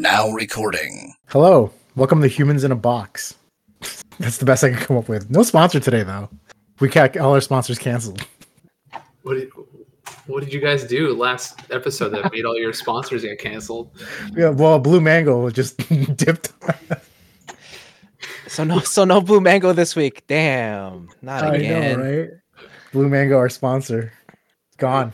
Now recording. Hello. Welcome to Humans in a Box. That's the best I can come up with. No sponsor today, though. We got all our sponsors canceled. What did, what did you guys do last episode that made all your sponsors get canceled? Yeah, well, Blue Mango just dipped. So no, so no blue mango this week. Damn, not again. right? Blue Mango, our sponsor, gone.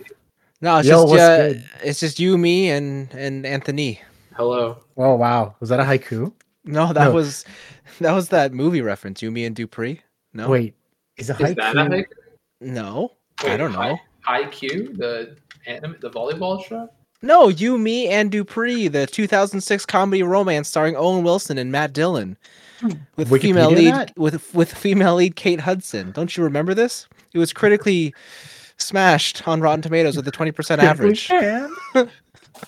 No, it's Yo, just what's uh, good? it's just you, me, and and Anthony. Hello. Oh wow, was that a haiku? No, that No. was that was that movie reference. You, me, and Dupree. No, Wait, is a haiku? Is that a haiku? no, I Wait, don't hi- know. High Q, the anime, the volleyball show. No, you, me, and Dupree, the 2006 comedy romance starring Owen Wilson and Matt Dillon, with female Wikipedia lead that? with with female lead Kate Hudson. Don't you remember this? It was critically smashed on Rotten Tomatoes with a 20% average. Can.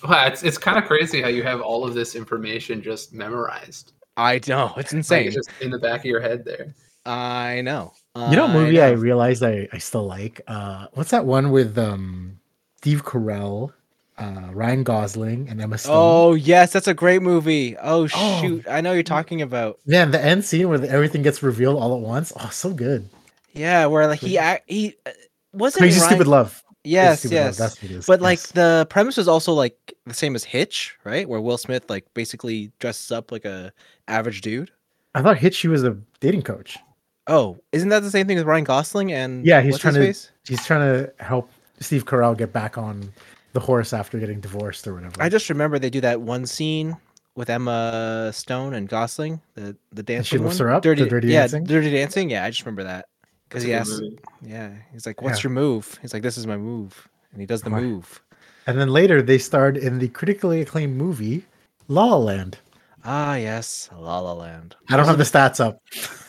Wow, it's it's kind of crazy how you have all of this information just memorized. I know Like, it's insane. it's just in the back of your head there. I know. You know, a movie know. I realized I, I still like. Uh, what's that one with um, Steve Carell, uh, Ryan Gosling, and Emma Stone? Oh yes, that's a great movie. Oh Oh. shoot, I know you're talking about. Man, the end scene where everything gets revealed all at once. Oh, so good. Yeah, where like he ac- he uh, wasn't Crazy Ryan- Stupid Love. Crazy Yes, Stupid Love, yes. That's what it is. but like yes. the premise was also like the same as Hitch, right? Where Will Smith like basically dresses up like a average dude. I thought Hitchy was a dating coach. Oh, isn't that the same thing with Ryan Gosling and Yeah, he's what's trying his to- face? He's trying to help Steve Carell get back on the horse after getting divorced or whatever. I just remember they do that one scene with Emma Stone and Gosling, the the dance. she lifts her up, the dirty, Dirty yeah, Dancing? dirty dancing. Yeah, I just remember that because It's a he good asked, movie. Yeah. He's like, What's Yeah. your move? He's like, This is my move. And he does the Right. move. and then later they starred in the critically acclaimed movie La La Land. Ah, yes. La La Land. I don't have the stats up.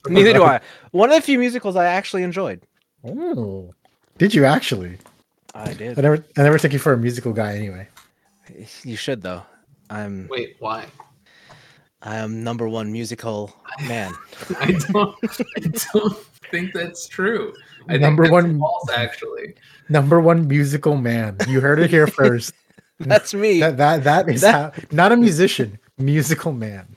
Neither do I. One of the few musicals I actually enjoyed. Oh, did you actually? I I did. never, I never took you for a musical guy anyway. You should, though. I'm Wait, why? I am number one musical man. I don't. I don't think that's true. I Number think that's one- false, actually. Number one musical man. You heard it here first. That's me. that that that is That- how, not a musician, musical man.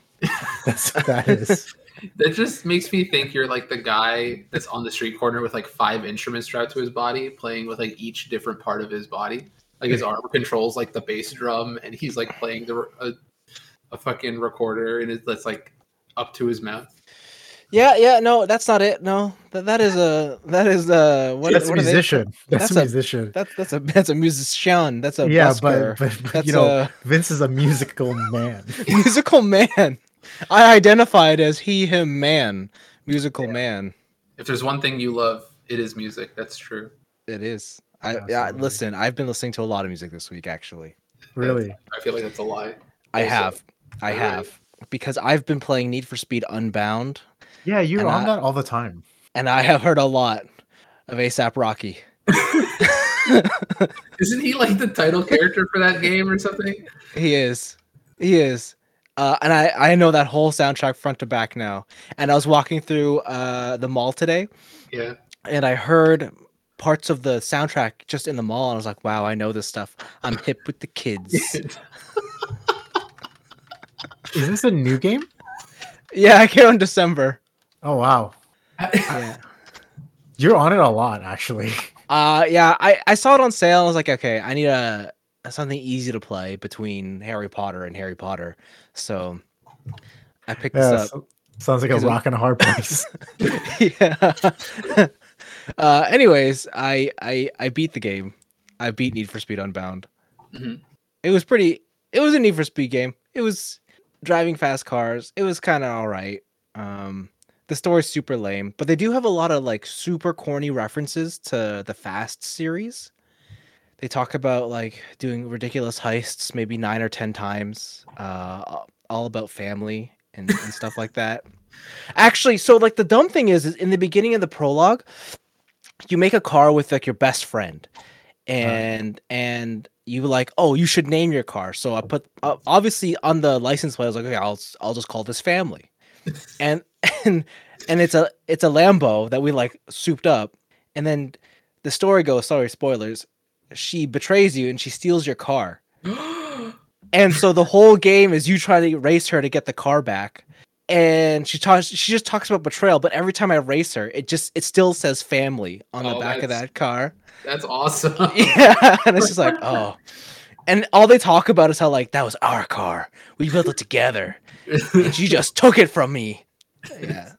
That's what that is. That just makes me think you're like the guy that's on the street corner with like five instruments strapped to his body, playing with like each different part of his body. Like his arm controls like the bass drum, and he's like playing the re- a, a fucking recorder, and it's that's like up to his mouth. Yeah, yeah, no, that's not it. No. That that is a that is a what, that's a what are they- musician. That's, That's a a- musician. That's that's a that's a musician. That's a yeah, busker. but, but, but that's you know, a Vince is a musical man. musical man. I identified as he, him, man. Musical man. If there's one thing you love, it is music. That's true. It is. I, I Absolutely. listen. I've been listening to a lot of music this week. Actually, Really? I feel like that's a lie. I Also, have, I really? have, because I've been playing Need for Speed Unbound, Yeah, you're And on I- that all the time. and I have heard a lot of ASAP Rocky. Isn't he like the title character for that game or something? He is, he is, uh, and I I know that whole soundtrack front to back now. And I was walking through uh, the mall today, Yeah. and I heard parts of the soundtrack just in the mall, and I was like, wow, I know this stuff. I'm hip with the kids. Is this a new game? yeah, I came in December. Oh wow, Yeah. you're on it a lot actually. Uh yeah, I I saw it on sale. I was like, okay, I need a something easy to play between Harry Potter and Harry Potter. So I picked Yeah, this up. so- sounds like a Is it- rock and a hard place. yeah. uh anyways, I I I beat the game. I beat Need for Speed Unbound. Mhm. It was pretty it was a Need for Speed game. It was driving fast cars. It was kind of all right. Um the story's super lame, but they do have a lot of like super corny references to the Fast series. They talk about like doing ridiculous heists, maybe nine or ten times. Uh, all about family and, and stuff like that. Actually, so like the dumb thing is, is in the beginning of the prologue, you make a car with like your best friend, and and you like, oh, you should name your car. So I put uh, obviously on the license plate, I was like, okay, I'll s- I'll just call this family, and and and it's a it's a Lambo that we like souped up, and then the story goes, sorry spoilers, she betrays you and she steals your car. And so the whole game is you trying to race her to get the car back. And she talks she just talks about betrayal, but every time I race her, it just it still says family on the Oh, back of that's- that car. That's awesome. Yeah. And it's just like, oh. And all they talk about is how like that was our car. We built it together. And she just took it from me. Yeah.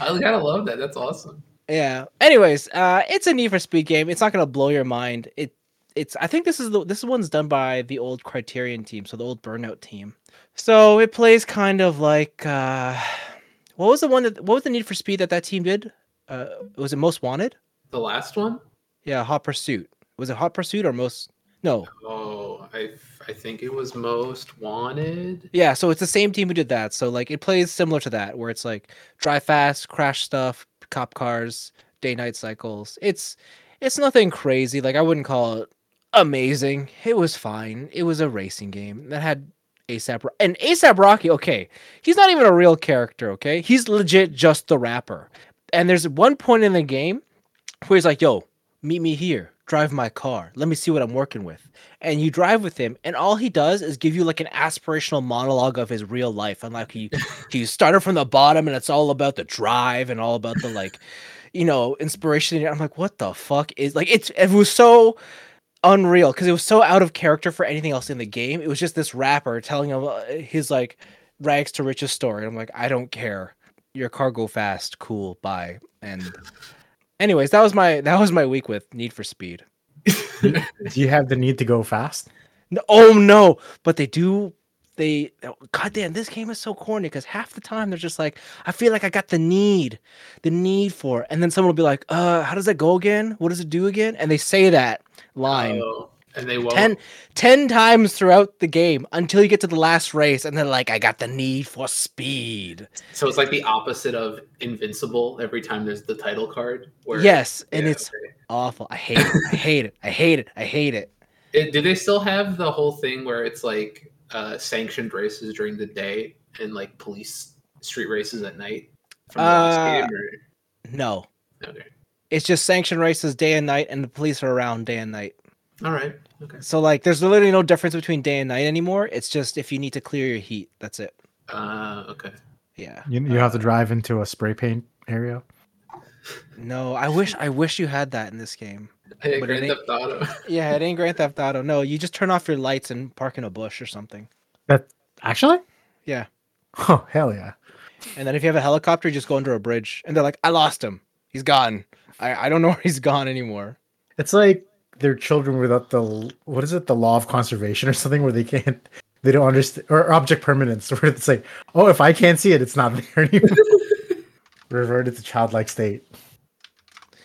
I gotta love that. That's awesome. Yeah. Anyways, uh, it's a Need for Speed game. It's not gonna blow your mind. It, it's. I think this is the this one's done by the old Criterion team, so the old Burnout team. So it plays kind of like, uh, what was the one that what was the Need for Speed that that team did? Uh, was it Most Wanted? The last one? Yeah, Hot Pursuit. Was it Hot Pursuit or Most? No. Oh, I I think it was most wanted. Yeah. So it's the same team who did that. So like it plays similar to that, where it's like drive fast, crash stuff, cop cars, day night cycles. It's it's nothing crazy. Like I wouldn't call it amazing. It was fine. It was a racing game that had ASAP Ro- and ASAP Rocky. Okay, he's not even a real character. Okay, he's legit just the rapper. And there's one point in the game where he's like, "Yo, meet me here. Drive my car. Let me see what I'm working with." And you drive with him, and all he does is give you like an aspirational monologue of his real life, and like he he started from the bottom, and it's all about the drive and all about the like, you know, inspiration. And I'm like, what the fuck is like? It's it was so unreal because it was so out of character for anything else in the game. It was just this rapper telling him uh, his like rags to riches story. I'm like, I don't care. Your car go fast, cool, bye. And anyways, that was my that was my week with Need for Speed. Do you have the need to go fast? No, oh no, but they do. They goddamn, this game is so corny because half the time they're just like, I feel like I got the need, the need for, it. and then someone will be like, uh, how does that go again? What does it do again? And they say that line. Oh, and they won't. 10, 10 times throughout the game until you get to the last race and then like i got the need for speed So it's like the opposite of invincible. Every time there's the title card. yes and Yeah, it's okay. awful i hate it i hate it i hate it i hate it It- do they still have the whole thing where it's like uh, sanctioned races during the day and like police street races at night? From the Uh, last game or- no okay. it's just sanction races day and night and the police are around day and night All right. Okay. so like there's literally no difference between day and night anymore it's just if you need to clear your heat that's it Uh, okay. yeah You, you Uh, have to drive into a spray paint area. no i wish i wish you had that in this game Hey, But Grand it ain't- Theft Auto. yeah it ain't grand theft auto no you just turn off your lights and park in a bush or something Actually? Yeah. Oh, hell yeah. And then if you have a helicopter, you just go under a bridge. And they're like, I lost him. He's gone. I, I don't know where he's gone anymore. It's like they're children without the l- what is it, the law of conservation or something where they can't they don't understand or object permanence where it's like, oh, if I can't see it, it's not there anymore. Reverted to childlike state.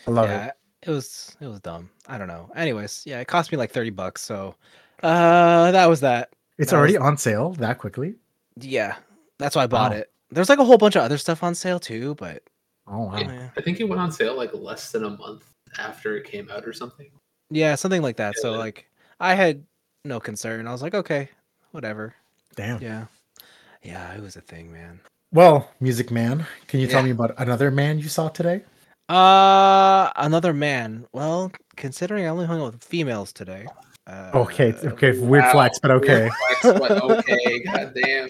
I love yeah, it. it. was it was dumb. I don't know. Anyways, yeah, it cost me like 30 bucks. So uh that was that. It's that was- already on sale that quickly. Yeah. That's why I bought Wow. it. There's like a whole bunch of other stuff on sale too, but Oh wow. yeah, I think it went on sale like less than a month after it came out or something. yeah something like that. So Yeah. like I had no concern. I was like, okay, whatever. Damn. Yeah. Yeah, it was a thing, man. Well, music man, can you tell Yeah. me about another man you saw today? Uh, another man. Well, considering I only hung out with females today. Uh, Okay, it's- okay, weird wow. flex, but okay. Flex, but okay, goddamn.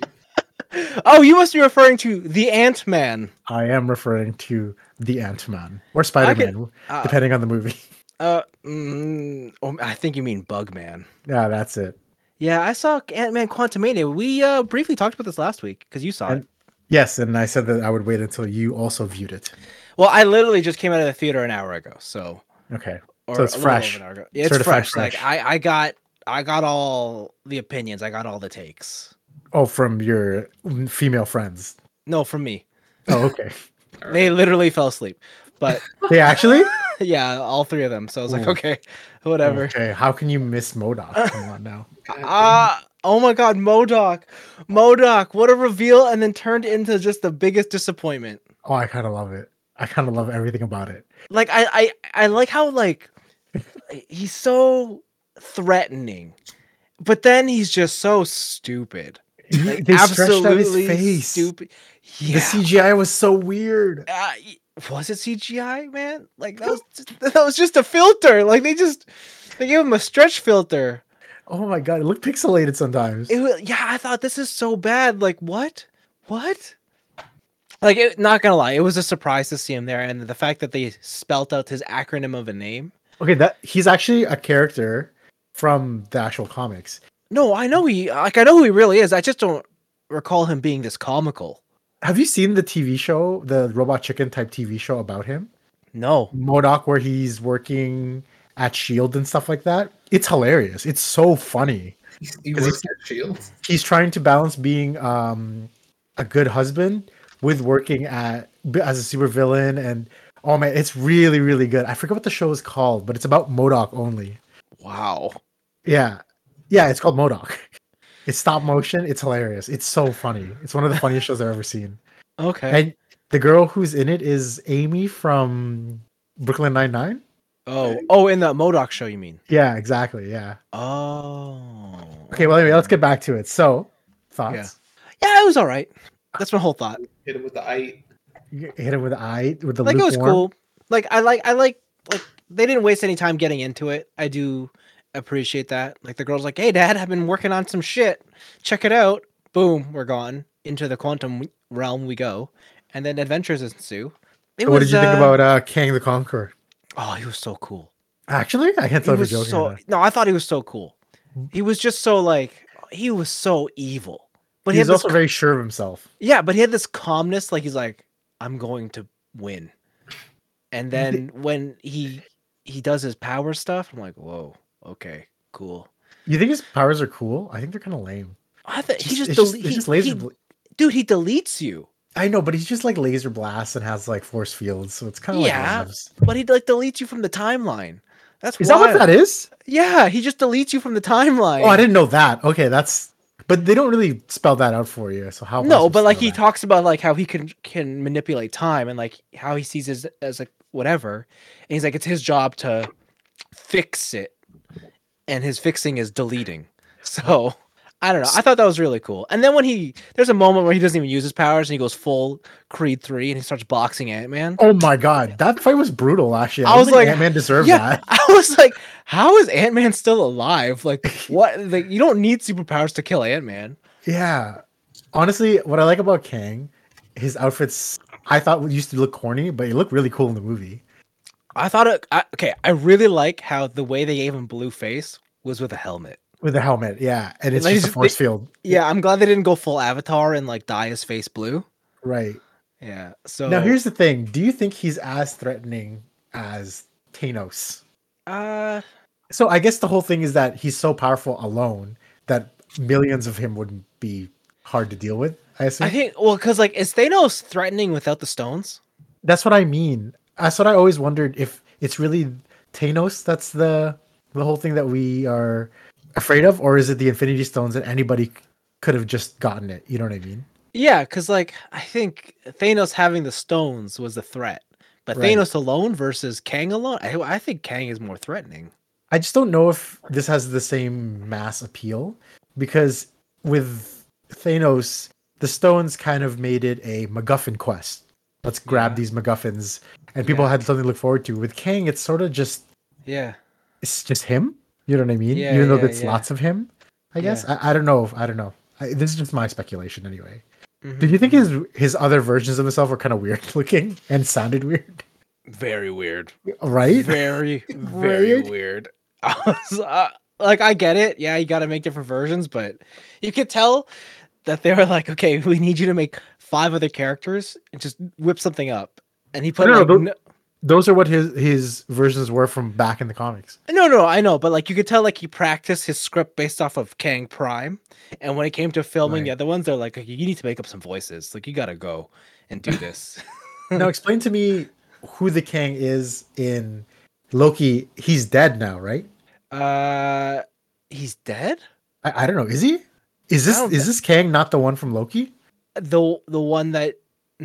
Oh, you must be referring to the Ant Man. I am referring to the Ant Man or Spider Man, Uh, depending on the movie. uh, mm, oh, I think you mean Bug Man. yeah, that's it. Yeah, I saw Ant Man Quantumania. We uh briefly talked about this last week because you saw And- it. Yes, and I said that I would wait until you also viewed it. Well, I literally just came out of the theater an hour ago, so Okay. or So it's a little over fresh. an hour ago. Yeah, it's Certified fresh. Like fresh. I, I got, I got all the opinions. I got all the takes. Oh, from your female friends. No, from me. Oh, okay. All They literally fell asleep, but they actually? yeah, all three of them. So I was like, Ooh. okay, whatever. Okay, how can you miss Modoc? Come on now. goddamn. Ah, oh my God, Modoc, Modoc, what a reveal! And then turned into just the biggest disappointment. Oh, I kind of love it. I kind of love everything about it. Like I, I, I like how like he's so threatening, but then he's just so stupid. He- Like, they stretched out his absolutely face. Stupid. The Yeah. CGI was so weird. uh, y- was it CGI, man? Like that was just, that was just a filter. Like they just they gave him a stretch filter. Oh my god, it looked pixelated sometimes. It was, yeah, I thought this is so bad. Like what? What? Like it, not gonna lie, it was a surprise to see him there, and the fact that they spelt out his acronym of a name. okay, that he's actually a character from the actual comics. No, I know he like I know who he really is. I just don't recall him being this comical. Have you seen the TV show, the Robot Chicken type TV show about him? No. Modoc where he's working at Shield E and stuff like that. It's hilarious. It's so funny. He works at Shield. He's trying to balance being um, a good husband with working at as a supervillain and oh man, it's really really good. I forget what the show is called, but it's about Modoc only. Wow. Yeah. Yeah, it's called Modoc. It's stop motion. It's hilarious. It's so funny. It's one of the funniest shows I've ever seen. Okay. And the girl who's in it is Amy from Brooklyn Nine Nine. oh, oh, in the Modoc show, you mean? Yeah, exactly. Yeah. Oh. Okay. Well, anyway, let's get back to it. So, thoughts? Yeah, it was all right. That's my whole thought. Hit him with the eye. You Hit him with the eye with the like it was lukewarm. cool. Like I like I like like they didn't waste any time getting into it. I do appreciate that. Like the girl's like, "Hey, Dad, I've been working on some shit. Check it out." Boom, we're gone into the quantum w- realm. We go, and then adventures ensue. It what did you think uh, about uh, Kang the Conqueror? Oh, he was so cool. Actually, I can't He tell if was you're joking. or so not. no. I thought he was so cool. Mm-hmm. He was just so like he was so evil, but he he's had this also very sure of himself. Yeah, but he had this calmness, like he's like, I'm going to win. And then when he he does his power stuff, I'm like, whoa, okay, cool. You think his powers are cool? I think they're kind of lame. I thought he just, it's dele- it's he- just laser. he- bl- dude, he deletes you, I know, but he's just like laser blasts and has like force fields, so it's kind of Yeah. like. Labs. but he like deletes you from the timeline. That's Is that what wild. that is? Yeah, he just deletes you from the timeline. Oh, I didn't know that. Okay, that's. But they don't really spell that out for you. So how? am I no supposed but to like know he that? talks about like how he can can manipulate time and like how he sees it as a whatever and he's like it's his job to fix it and his fixing is deleting so i don't know i thought that was really cool and then when he there's a moment where he doesn't even use his powers and he goes full creed 3 and he starts boxing ant-man Oh my god, that fight was brutal. Actually, I, I don't was think like, Ant Man deserved yeah that. i was like how is ant-man still alive like what like you don't need superpowers to kill ant-man Yeah, honestly, what I like about Kang, his outfits, I thought used to look corny, but he looked really cool in the movie. I thought it. I, okay, I really like how the way they gave him blue face was with a helmet. With the helmet, yeah, and it's Like, just a he's- force field, Yeah, I'm glad they didn't go full Avatar and like dye his face blue. right? Yeah. So Now here's the thing: Do you think he's as threatening as Thanos? uh, So I guess the whole thing is that he's so powerful alone that millions of him wouldn't be hard to deal with. I assume. I think well, cause like is Thanos threatening without the stones? That's what I mean. That's what I always wondered if it's really Thanos that's the the whole thing that we are afraid of, or is it the Infinity Stones and anybody c- could have just gotten it? You know what I mean? Yeah, cause like I think Thanos having the stones was the threat, but Right. Thanos alone versus Kang alone, I, I think Kang is more threatening. I just don't know if this has the same mass appeal because with Thanos, the stones kind of made it a MacGuffin quest. Let's grab Yeah. these MacGuffins, and people Yeah. had something to look forward to. With Kang, it's sort of just Yeah. it's just him. You know what I mean? Yeah, Even though yeah, there's yeah. lots of him, I guess. I, I don't know. I don't know. I, this is just my speculation, anyway. Did Mhm. you think his his other versions of himself were kind of weird looking and sounded weird? Very weird. Right? very very Right? weird I was, uh, like i get it yeah you got to make different versions but you could tell that they were like okay we need you to make five other characters and just whip something up and he put No, no, like, tho- no, Those are what his his versions were from back in the comics. no no i know but like you could tell like he practiced his script based off of kang prime and when it came to filming the Right. other ones they're like you need to make up some voices like you gotta go and do this now explain to me who the Kang is in Loki. He's dead now, right? uh he's dead I, I don't know. Is he? Is this I don't is thi- this Kang not the one from Loki? the the one that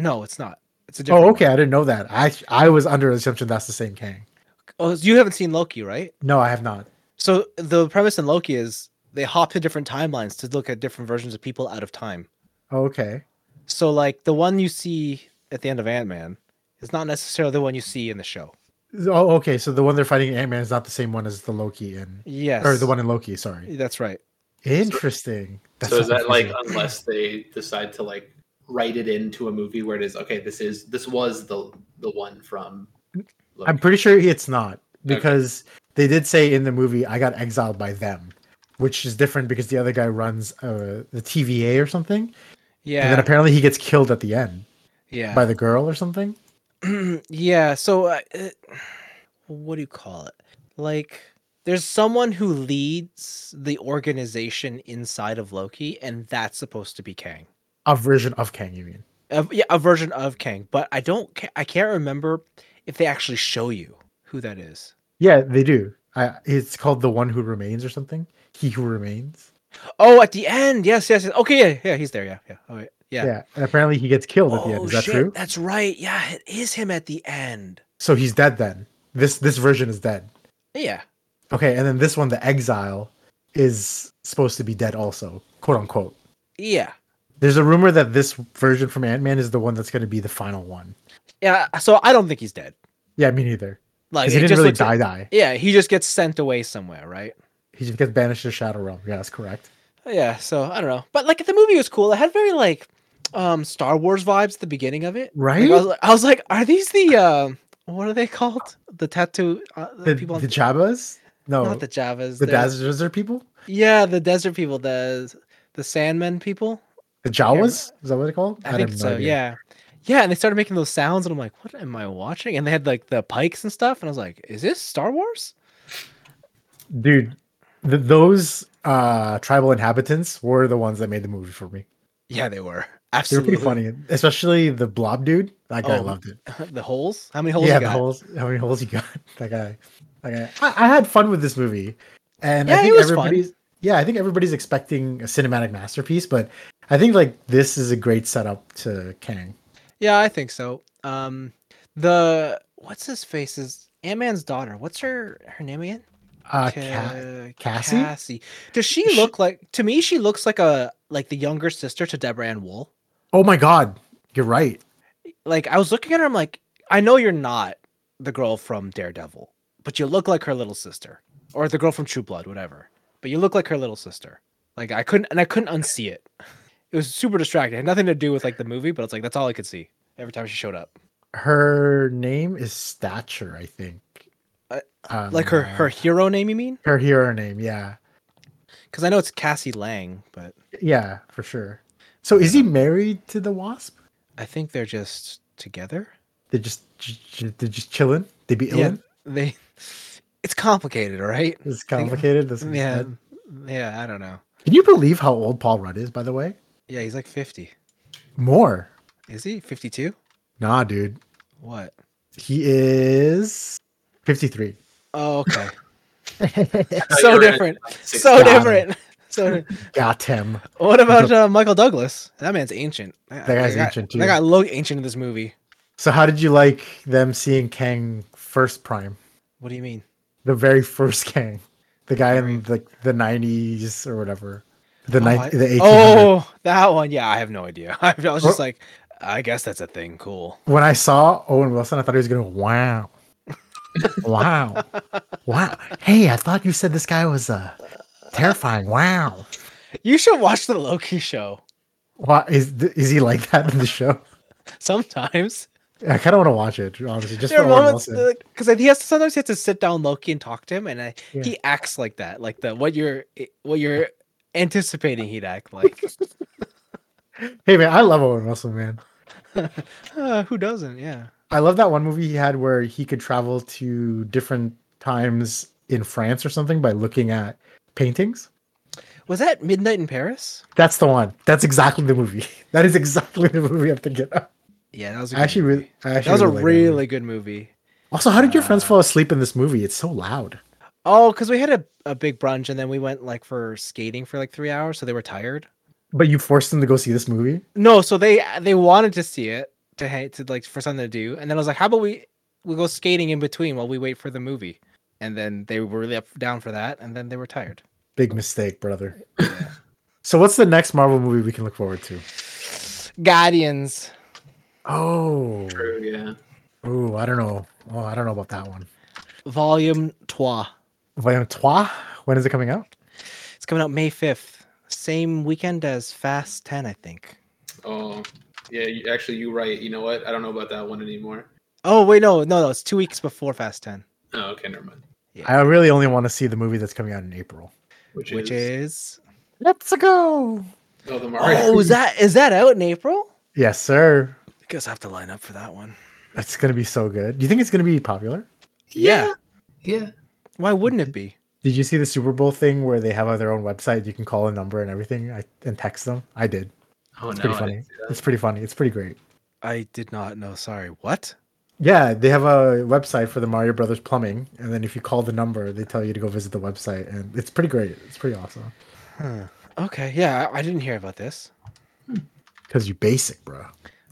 no it's not it's a different Oh, one. okay. I didn't know that. I I was under the assumption that's the same Kang. oh you haven't seen loki right No, I have not. So the premise in Loki is they hop to different timelines to look at different versions of people out of time. Oh, okay. So like the one you see at the end of Ant Man is not necessarily the one you see in the show. Oh, okay. So the one they're fighting Ant Man is not the same one as the Loki in, Yes. or the one in Loki. Sorry. That's right. Interesting. so so is that like confusing. unless they decide to like write it into a movie where it is okay, this is this was the the one from. I'm Loki. pretty sure it's not Okay. because they did say in the movie I got exiled by them, which is different because the other guy runs uh, the TVA or something, and Yeah. then apparently he gets killed at the end yeah. by the girl or something. yeah. So, uh, it- what do you call it? Like, there's someone who leads the organization inside of Loki, and that's supposed to be Kang. A version of Kang, you mean? A, yeah, a version of Kang, but I don't. ca- I can't remember if they actually show you who that is. Yeah, they do. I, it's called the One Who Remains or something. He Who Remains. Oh, at the end. Yes. Yes. yes. Okay. Yeah. Yeah. He's there. Yeah. Yeah. All right. Yeah. Yeah. and apparently he gets killed at the end. Oh, Is that shit, true? That's right. Yeah, it is him at the end. So he's dead then. This this version is dead. Yeah. Okay, and then this one, the exile, is supposed to be dead also, quote unquote. Yeah. There's a rumor that this version from Ant Man is the one that's going to be the final one. Yeah. So I don't think he's dead. Yeah, me neither. Like Because it he didn't just really looks like- die, die. yeah, he just gets sent away somewhere, right? He just gets banished to Shadow Realm. Yeah, that's correct. Yeah. So I don't know, but like the movie was cool. It had very like um Star Wars vibes at the beginning of it. Like, Right? I, was, like- I was like, are these the um what are they called? The tattoo uh, the, the, people, on the Jabbas? No, not the the, Javas. the the- Daz- Desert people? Yeah, the desert people, the the Sandmen people. The Jawas? Is that what they call them? I, think so. Yeah. Yeah, and they started making those sounds, and I'm like, "What am I watching?" And they had like the pikes and stuff, and I was like, "Is this Star Wars?" Dude, th- those uh, tribal inhabitants were the ones that made the movie for me. Yeah, they were They were absolutely pretty funny, especially the blob dude. That guy Oh, loved it. the holes. How many holes? yeah, you the got? holes. How many holes you got? That guy. That guy. I, I had fun with this movie, and Yeah, I it think was fun. everybody's. Yeah, I think everybody's expecting a cinematic masterpiece, but I think like this is a great setup to Kang. Yeah, I think so. Um, the what's his face is Ant Man's daughter. What's her her name again? Uh, Ca- Ca- Cassie? Does she She- look like? To me, she looks like a like the younger sister to Deborah Ann Wool. oh my God, you're right. like I was looking at her, I'm like, I know you're not the girl from Daredevil, but you look like her little sister, or the girl from True Blood, whatever. But you look like her little sister. Like I couldn't, and I couldn't unsee it. It was super distracting. It had nothing to do with like the movie, but it's like that's all I could see every time she showed up. Her name is Stature, I think. I- Um, Uh, Like her her hero name, you mean? her hero name, yeah, Because I know it's Cassie Lang, but yeah, for sure. So is he married to the Wasp? I think they're just together. They're just j- j- they're just chilling. They be Yeah, ill. they. It's complicated, all right? It's think- complicated. This is Yeah, bad. yeah. I don't know. Can you believe how old Paul Rudd is, by the way? Yeah, he's like fifty. More. Is he fifty-two? Nah, dude. What? He is 53. Oh, okay. I thought so you were gonna different. do, like, six- So Got it. different. So, Got him. what about uh, Michael Douglas? That man's ancient. That guy's got, ancient, That too. guy look ancient in this movie. So, how did you like them seeing Kang first prime? What do you mean? The very first Kang. The guy in the, the 90s or whatever. The, Oh, ni- I- the 1800s. Oh, that one. Yeah, I have no idea. I was just Oh. like, I guess that's a thing. Cool. When I saw Owen Wilson, I thought he was going to wow. wow. Wow. Hey, I thought you said this guy was uh, terrifying. Wow. You should watch the Loki show Why, is, th- is he like that in the show? sometimes. I kind of want to watch it, honestly. Just There for are Owen moments Wilson. because he has to, sometimes he has to sit down Loki and talk to him, and I, Yeah. he acts like that, like the what you're eh, what you're anticipating he'd act like. Hey man, I love Owen Wilson, man. Uh, who doesn't? Yeah. I love that one movie he had where he could travel to different times in France or something by looking at paintings. Was that Midnight in Paris? That's the one. That's exactly the movie. That is exactly the movie I'm thinking of. Yeah, that was a I good actually, movie. really, I actually that was a really like movie. really good movie. Also, how did your friends uh, fall asleep in this movie? It's so loud. Oh, because we had a, a big brunch and then we went like for skating for like three hours, so they were tired. But you forced them to go see this movie. No, so they they wanted to see it to ha- to like for something to do, and then I was like, how about we we go skating in between while we wait for the movie, and then they were really up, down for that, and then they were tired. Big mistake, brother. so, what's the next Marvel movie we can look forward to? Guardians. Oh, True, yeah. Ooh, I don't know. Oh, I don't know about that one. Volume Trois. Volume Trois. When is it coming out? It's coming out May fifth, same weekend as Fast Ten, I think. Oh, yeah. You, actually, you right. You know what? I don't know about that one anymore. Oh wait, no, no, no. It's two weeks before Fast Ten, Oh, okay, never mind. Yeah. I really only want to see the movie that's coming out in April. Which, which is, is Let's go. oh the Mario. oh, is that is that out in April? Yes, sir. I guess I have to line up for that one. That's gonna be so good. Do you think it's gonna be popular? Yeah. yeah. Why wouldn't it be? Did you see the Super Bowl thing where they have their own website? You can call a number and everything I, and text them. I did. Oh It's no, pretty I funny. didn't see that. It's pretty funny. It's pretty great. I did not know. Sorry. What? Yeah, they have a website for the Mario Brothers plumbing, and then if you call the number, they tell you to go visit the website, and it's pretty great. It's pretty awesome Huh. Okay. Yeah, I, I didn't hear about this. because you basic, bro.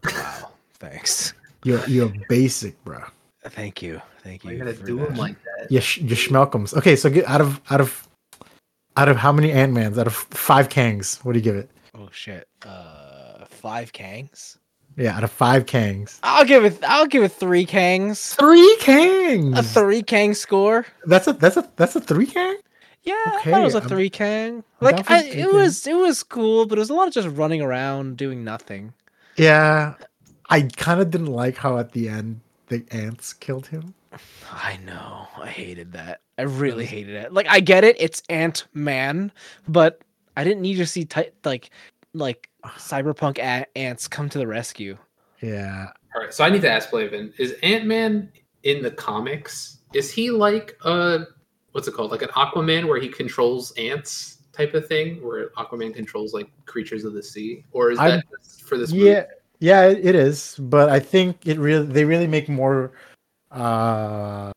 Wow. Thanks. You you are basic, bro. Thank you. Thank Why you. you gotta for do that. them like that. You sh- you schmelkums. Okay, so get out of out of out of how many Ant Mans? Out of five Kangs, what do you give it? Oh shit. Uh, five Kangs. Yeah, out of five Kangs, I'll give it. I'll give it three Kangs. three Kangs. A three Kang score. that's a that's a that's a three Kang. Yeah, I thought it was a Okay, I'm- three Kang. I'm down Like for I, three it Kang. was. It was cool, but it was a lot of just running around doing nothing. Yeah, I kind of didn't like how at the end the ants killed him. I know. I hated that. I really hated it. Like I get it. It's Ant Man, but I didn't need to see ti- like like cyberpunk a- ants come to the rescue. Yeah, All right, so I need to ask Flavin: Is Ant Man in the comics? Is he like a what's it called, like an Aquaman, where he controls ants type of thing, where Aquaman controls like creatures of the sea, or is I- that just for this? yeah yeah it it is but i think it really they really make more uh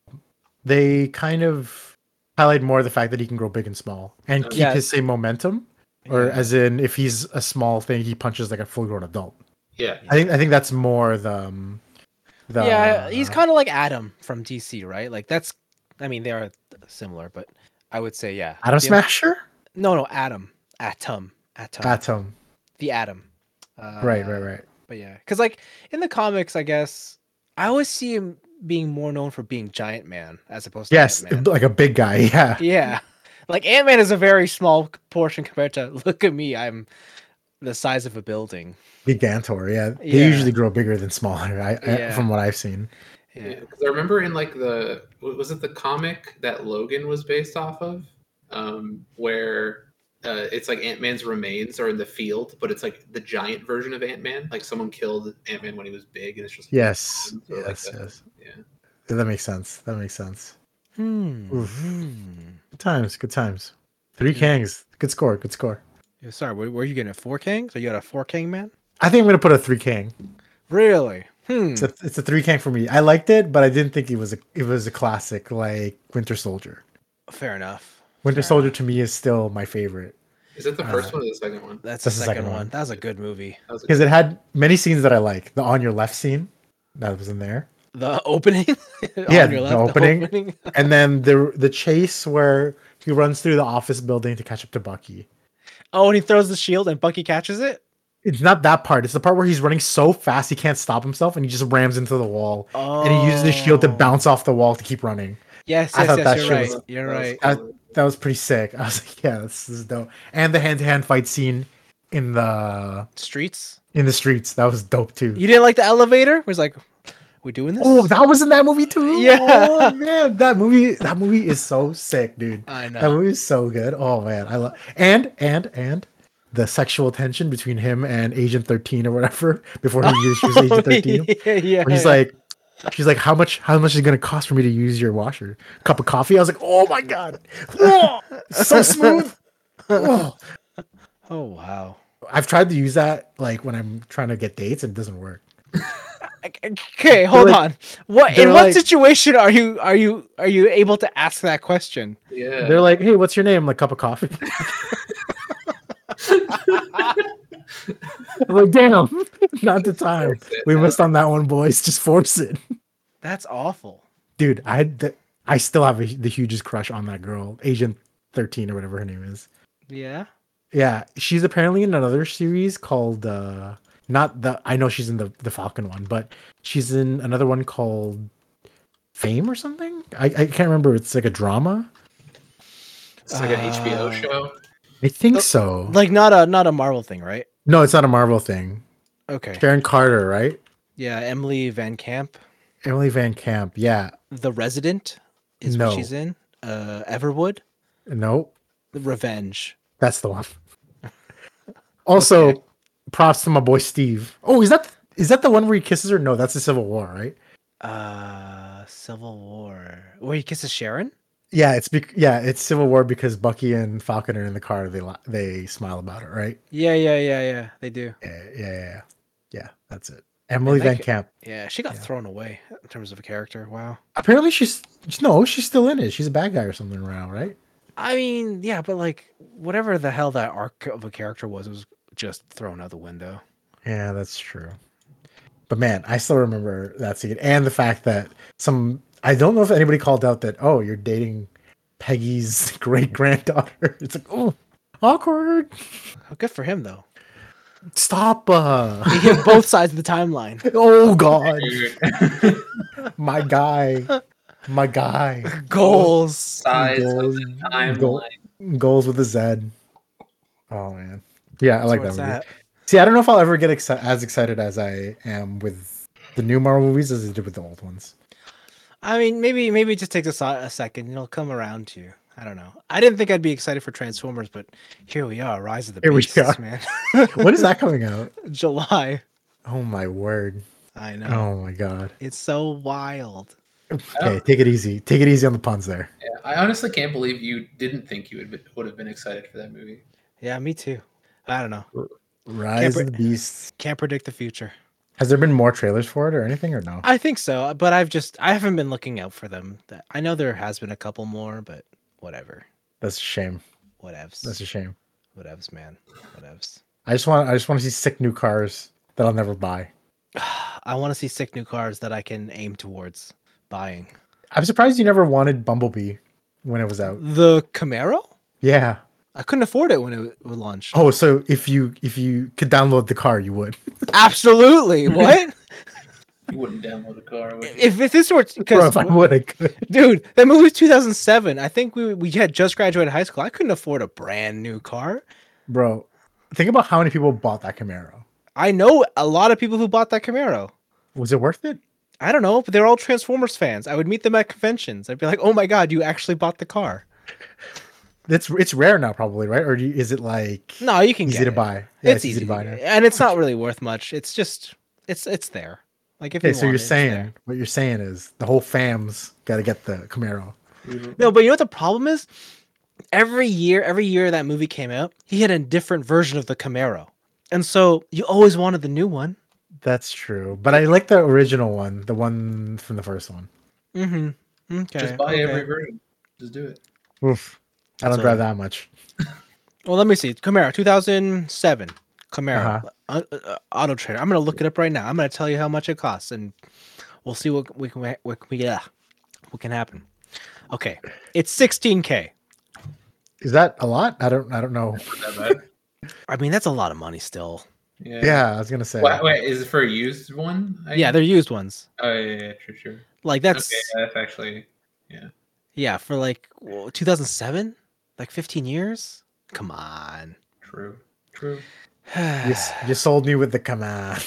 they kind of highlight more the fact that he can grow big and small and keep Yeah. his same momentum or Yeah. as in if he's a small thing he punches like a full grown adult movie? yeah, i think i think that's more the, um, the uh, yeah, he's kind of like Adam from DC, right? Like that's. I mean, they are similar, but I would say yeah. atom The- smasher No, no, Adam, Atom, Atom, atom the Atom. Uh, right right right But yeah, because like in the comics, I guess I always see him being more known for being Giant Man as opposed to yes Ant-Man. like a big guy yeah yeah. Like Ant Man is a very small c- portion compared to look at me, I'm the size of a building. gigantor yeah they Yeah. usually grow bigger than smaller I, I, Yeah. from what i've seen Yeah. Because I remember in like the wa- was it the comic that Logan was based off of, um, where uh, it's like Ant Man's remains are in the field, but it's like the giant version of Ant Man. Like someone killed Ant Man when he was big, and it's just yes Yeah, like yes that. yes yeah. that makes sense that makes sense Hmm. Oof. hmm. Good times, good times. Three Kangs, good score, good score. Yeah, sorry, where, where are you getting it? Four King? So you got a four King man? I think I'm gonna put a three Kang. Really? Hmm. It's a, it's a three Kang for me. I liked it, but I didn't think it was a it was a classic like Winter Soldier. Fair enough. Winter Fair Soldier to me is still my favorite Is it the Uh, first one or the second one? That's, That's the second, one. That was a good movie. That was a- because it had many scenes that I like. The on your left scene that was in there, The opening? On Yeah, your the left, opening. and then the the chase where he runs through the office building to catch up to Bucky. Oh, and he throws the shield and Bucky catches it? It's not that part. It's the part where he's running so fast he can't stop himself, and he just rams into the wall. Oh. And he uses the shield to bounce off the wall to keep running. Yes, I yes, thought yes, that you're shit right. was- You're that was right. right. cool. that was pretty sick. I was like, yeah, this is dope. And the hand-to-hand fight scene in the Streets? in the streets, that was dope too. You didn't like the elevator? It was like, we doing this? Oh, that was in that movie too. Yeah. Oh man, that movie that movie is so sick, dude. I know. That movie is so good. Oh man, I love and and and the sexual tension between him and Agent 13 or whatever before he used used Agent 13. Oh, yeah, yeah. Where he's like She's like, how much? How much is it gonna cost for me to use your washer? Cup of coffee? I was like, oh my god, Whoa, so smooth. Oh. oh wow. I've tried to use that like when I'm trying to get dates and it doesn't work. Okay, hold like- on. What they're in what like- situation are you are you are you able to ask that question? Yeah. They're like, "Hey, what's your name?" I'm like, "Cup of coffee." I'm like, damn, not the time. We missed on that one, boys. Just force it, That's awful. dude. I th- I still have a, the hugest crush on that girl, Agent Thirteen or whatever her name is. Yeah. Yeah, she's apparently in another series called uh, Not the I know she's in the the Falcon one, but she's in another one called Fame or something. I, I can't remember. It's like a drama. It's like an HBO Uh, show. I think The- so. Like not a not a Marvel thing, right? no, it's not a Marvel thing. Okay. Karen Carter, right? Yeah, Emily Van Camp, Emily Van Camp. Yeah. The Resident is No. what she's in. Uh Everwood, Nope. The Revenge. That's the one. Also, Okay. props to my boy Steve. Oh, is that is that the one where he kisses her? No, that's the Civil War, right? Uh Civil War. Where he kisses Sharon? Yeah, it's bec- yeah, it's Civil War because Bucky and Falcon are in the car. They li- they smile about it, right? Yeah, yeah, yeah, yeah. They do. Yeah, yeah, yeah, yeah. Yeah, that's it. Emily they Van ca- Camp. Yeah, she got Yeah. thrown away in terms of a character. Wow. Apparently, she's no, she's still in it. She's a bad guy or something now, right? I mean, yeah, but like whatever the hell that arc of a character was, it was just thrown out the window. Yeah, that's true. But man, I still remember that scene and the fact that some I don't know if anybody called out that oh, you're dating Peggy's great granddaughter. It's like, oh, awkward. Good for him though. Stop. Uh. He hit both sides of the timeline. oh god. Dude, My guy. My guy. Goals. size of Goals, the timeline. goal- goals with a Z. Oh man. Yeah, I So like that what's movie. See, I don't know if I'll ever get exci- as excited as I am with the new Marvel movies as I did with the old ones. I mean, maybe maybe it just takes a, si- a second. and It'll come around to you. I don't know. I didn't think I'd be excited for Transformers, but here we are. Rise of the Here we Beasts, are. man. when is that coming out? July. Oh my word. I know. Oh my god. It's so wild. Okay, take it easy. Take it easy on the puns there. Yeah, I honestly can't believe you didn't think you would, be- would have been excited for that movie. Yeah, me too. I don't know. Rise of the Beasts. Can't predict the future. Has there been more trailers for it or anything or no? I think so, uh, but I've just I haven't been looking out for them. That I know there has been a couple more, but whatever. That's a shame. Whatevs. That's a shame. Whatevs, man. Whatevs. I just want I just want to see sick new cars that I'll never buy. I want to see sick new cars that I can aim towards buying. I'm surprised you never wanted Bumblebee when it was out. The Camaro? Yeah. I couldn't afford it when it would launch. Oh, so if you if you could download the car, you would. Absolutely. What? You wouldn't download a car. Would you? if, if this were, Bro, because if I would, I could. dude, that movie was 2007. I think we we had just graduated high school. I couldn't afford a brand new car. Bro, think about how many people bought that Camaro. I know a lot of people who bought that Camaro. Was it worth it? I don't know, but they're all Transformers fans. I would meet them at conventions. I'd be like, "Oh my god, you actually bought the car!" It's it's rare now, probably, right? Or do you, is it like No, you can easy get to it. buy? Yeah, It's, easy, to buy, now. and it's not really worth much. It's just it's it's there. Like if Okay, you so want you're it, it's saying there. what you're saying is the whole fam's got to get the Camaro. No, but you know what the problem is? Every year, every year that movie came out, he had a different version of the Camaro. And so you always wanted the new one. That's true, but I like the original one, the one from the first one. Mm-hmm. Okay. Just buy okay. every version. Just do it. Oof, I That's don't drive all that much. Well, let me see. Camaro, 2007. Camaro. Uh-huh. Uh, uh, Auto Trader. I'm going to look it up right now. I'm going to tell you how much it costs and we'll see what we can, what we, yeah, what can happen. Okay. It's 16K. Is that a lot? I don't. I don't know. Not that bad. I mean, that's a lot of money still. Yeah. Yeah, I was gonna say. Wait, wait, is it for a used one? I Yeah, guess? they're used ones. Oh yeah, yeah, yeah, true, true. Like that's Okay, yeah, that's actually. Yeah, for like 2007, like 15 years. Come on. True. True. You, s- you sold me with the Camaro.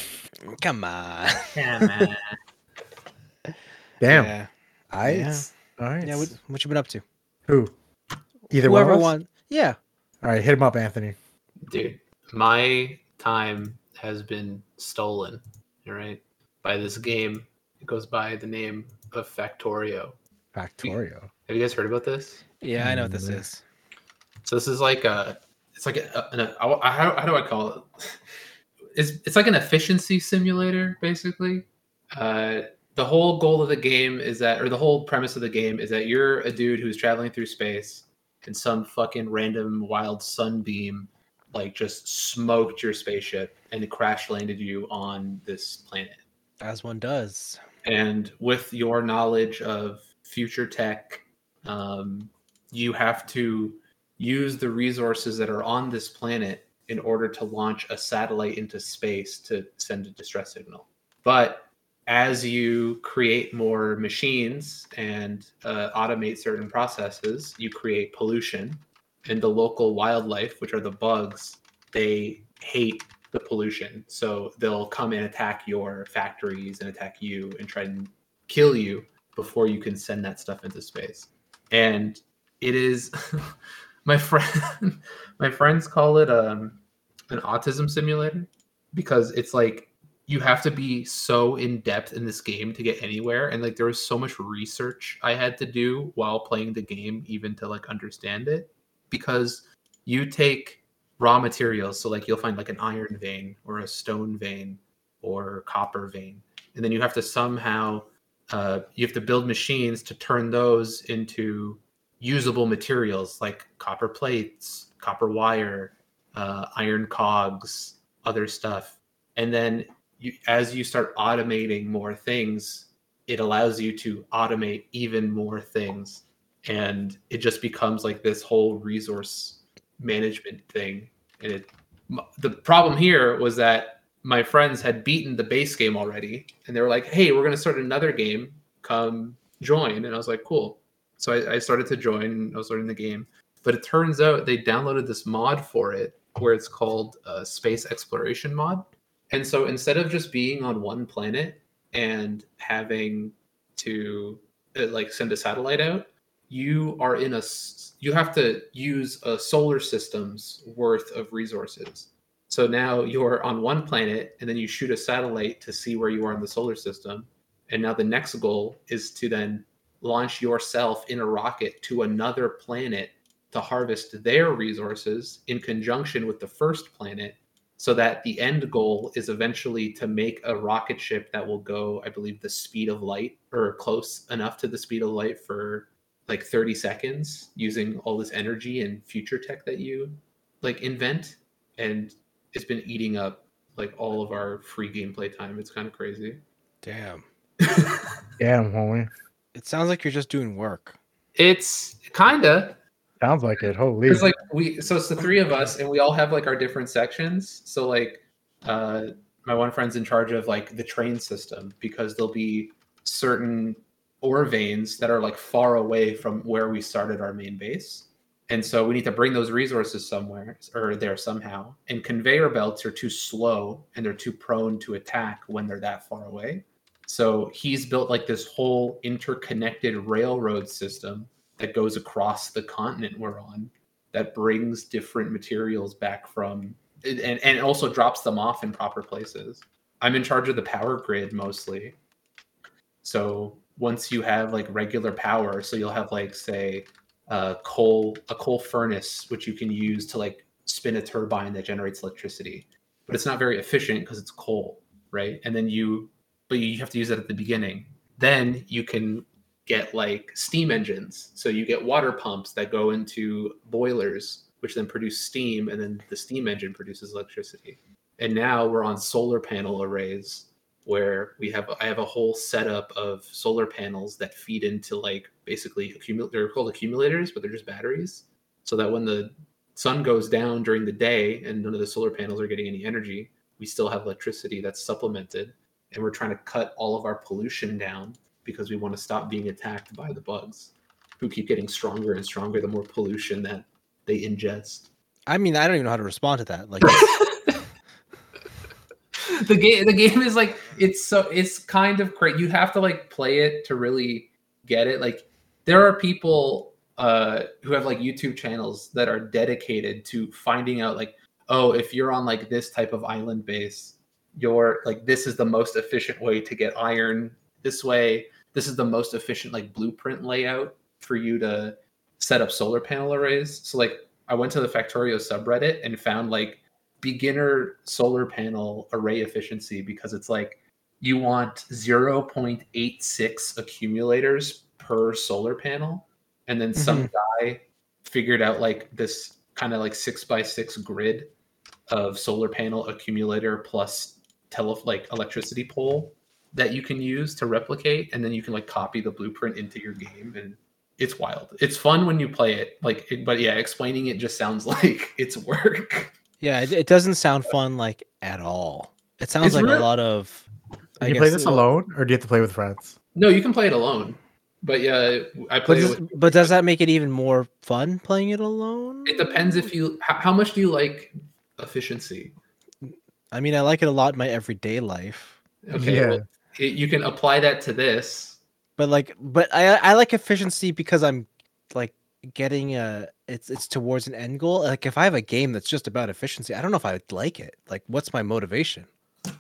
Come on. Yeah, Damn. Yeah. I. Yeah. All right. yeah what, what you been up to? Who? Either one. Whoever of us? won. Yeah. All right, hit him up, Anthony. Dude, my time has been stolen. All right, by this game. It goes by the name of Factorio. Factorio. Have you guys heard about this? Yeah, I know what this Mm. is. So this is like a, it's like a, an, a how, how do I call it? It's it's like an efficiency simulator, basically. Uh, the whole goal of the game is that, or the whole premise of the game is that you're a dude who's traveling through space, and some fucking random wild sunbeam, like just smoked your spaceship and crash landed you on this planet As one does. and with your knowledge of future tech um, you have to use the resources that are on this planet in order to launch a satellite into space to send a distress signal. But as you create more machines and uh, automate certain processes, you create pollution. And the local wildlife, which are the bugs, they hate the pollution. So they'll come and attack your factories and attack you and try and kill you before you can send that stuff into space. And it is my friend my friends call it um an autism simulator because it's like you have to be so in depth in this game to get anywhere and like there was so much research I had to do while playing the game even to like understand it because you take raw materials. So like you'll find like an iron vein or a stone vein or copper vein, and then you have to somehow uh, you have to build machines to turn those into usable materials like copper plates, copper wire, uh, iron cogs, other stuff. And then you, as you start automating more things, it allows you to automate even more things. And it just becomes like this whole resource management thing and it m- the problem here was that my friends had beaten the base game already and they were like hey we're going to start another game come join and i was like cool so I, I started to join and i was learning the game but it turns out they downloaded this mod for it where it's called uh, space exploration mod and so instead of just being on one planet and having to uh, like send a satellite out you are in a s- you have to use a solar system's worth of resources so now you're on one planet and then you shoot a satellite to see where you are in the solar system and now the next goal is to then launch yourself in a rocket to another planet to harvest their resources in conjunction with the first planet so that the end goal is eventually to make a rocket ship that will go i believe the speed of light or close enough to the speed of light for like 30 seconds using all this energy and future tech that you like invent and it's been eating up like all of our free gameplay time it's kind of crazy Damn. Damn, homie. It sounds like you're just doing work. it's kinda Sounds like it. Holy. it's like we so it's the three of us and we all have like our different sections so like uh my one friend's in charge of like the train system because there'll be certain ore veins that are like far away from where we started our main base. And so we need to bring those resources somewhere or there somehow. And conveyor belts are too slow and they're too prone to attack when they're that far away. So he's built like this whole interconnected railroad system that goes across the continent we're on that brings different materials back from and, and also drops them off in proper places. I'm in charge of the power grid mostly. So once you have like regular power, so you'll have like say a coal a coal furnace which you can use to like spin a turbine that generates electricity, but it's not very efficient because it's coal, right? And then you but you have to use it at the beginning. Then you can get like steam engines, so you get water pumps that go into boilers, which then produce steam, and then the steam engine produces electricity. And now we're on solar panel arrays where we have I have a whole setup of solar panels that feed into like basically accumul they're called accumulators, but they're just batteries. So that when the sun goes down during the day and none of the solar panels are getting any energy, we still have electricity that's supplemented. And we're trying to cut all of our pollution down because we want to stop being attacked by the bugs who keep getting stronger and stronger the more pollution that they ingest. I mean, I don't even know how to respond to that. Like, the game the game is like it's so it's kind of great you have to like play it to really get it like there are people uh who have like youtube channels that are dedicated to finding out like oh if you're on like this type of island base you're like this is the most efficient way to get iron this way this is the most efficient like blueprint layout for you to set up solar panel arrays so like i went to the factorio subreddit and found like beginner solar panel array efficiency because it's like you want 0.86 accumulators per solar panel and then some guy figured out like this kind of like six by six grid of solar panel accumulator plus tele like electricity pole that you can use to replicate and then you can like copy the blueprint into your game and it's wild it's fun when you play it like it, but yeah explaining it just sounds like it's work Yeah, it, it doesn't sound fun like at all. It sounds It's like real- a lot of. Can you play guess- this alone, or do you have to play with friends? No, you can play it alone. But yeah, I But play it does, with. but does that make it even more fun playing it alone? It depends if you how, how much do you like efficiency. I mean, I like it a lot in my everyday life, Okay, Yeah. well, it, you can apply that to this. but like, but I I like efficiency because I'm like getting a it's it's towards an end goal. Like if I have a game that's just about efficiency, I don't know if I would like it. Like, what's my motivation?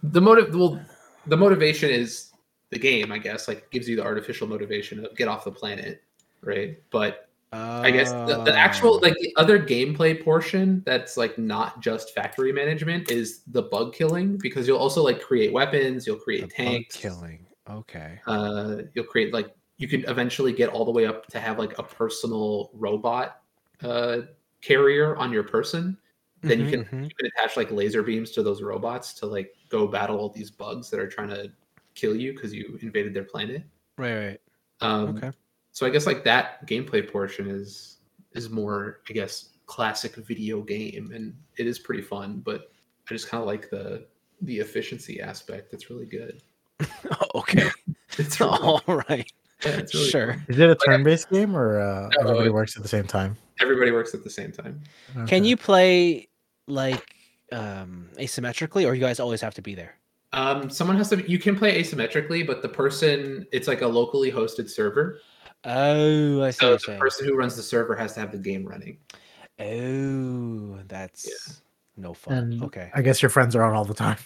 The motive, well, the motivation is the game, I guess. Like, gives you the artificial motivation of get off the planet, right? But I guess the, the actual Oh. like the other gameplay portion that's like not just factory management is the bug killing because you'll also like create weapons, you'll create Oh, The bug tanks, killing. Okay. uh, you'll create like you can eventually get all the way up to have like a personal robot uh, carrier on your person. Then you Mhm, can mhm. you can attach like laser beams to those robots to like go battle all these bugs that are trying to kill you because you invaded their planet. right right Um, okay. so I guess like that gameplay portion is is more, I guess, classic video game, and it is pretty fun. But I just kind of like the the efficiency aspect. It's really good. okay. It's really, All right. yeah, it's really Oh, sure. fun. Is it a I- turn-based game, or uh, No, everybody it- works at the same time? Everybody works at the same time. Can Okay. you play like um asymmetrically, or you guys always have to be there? Um, someone has to. You can play asymmetrically, but the person it's like a locally hosted server. Oh, I see. So what the you're person who runs the server has to have the game running. saying. Oh, that's no fun. And okay. I guess your friends are on all the time.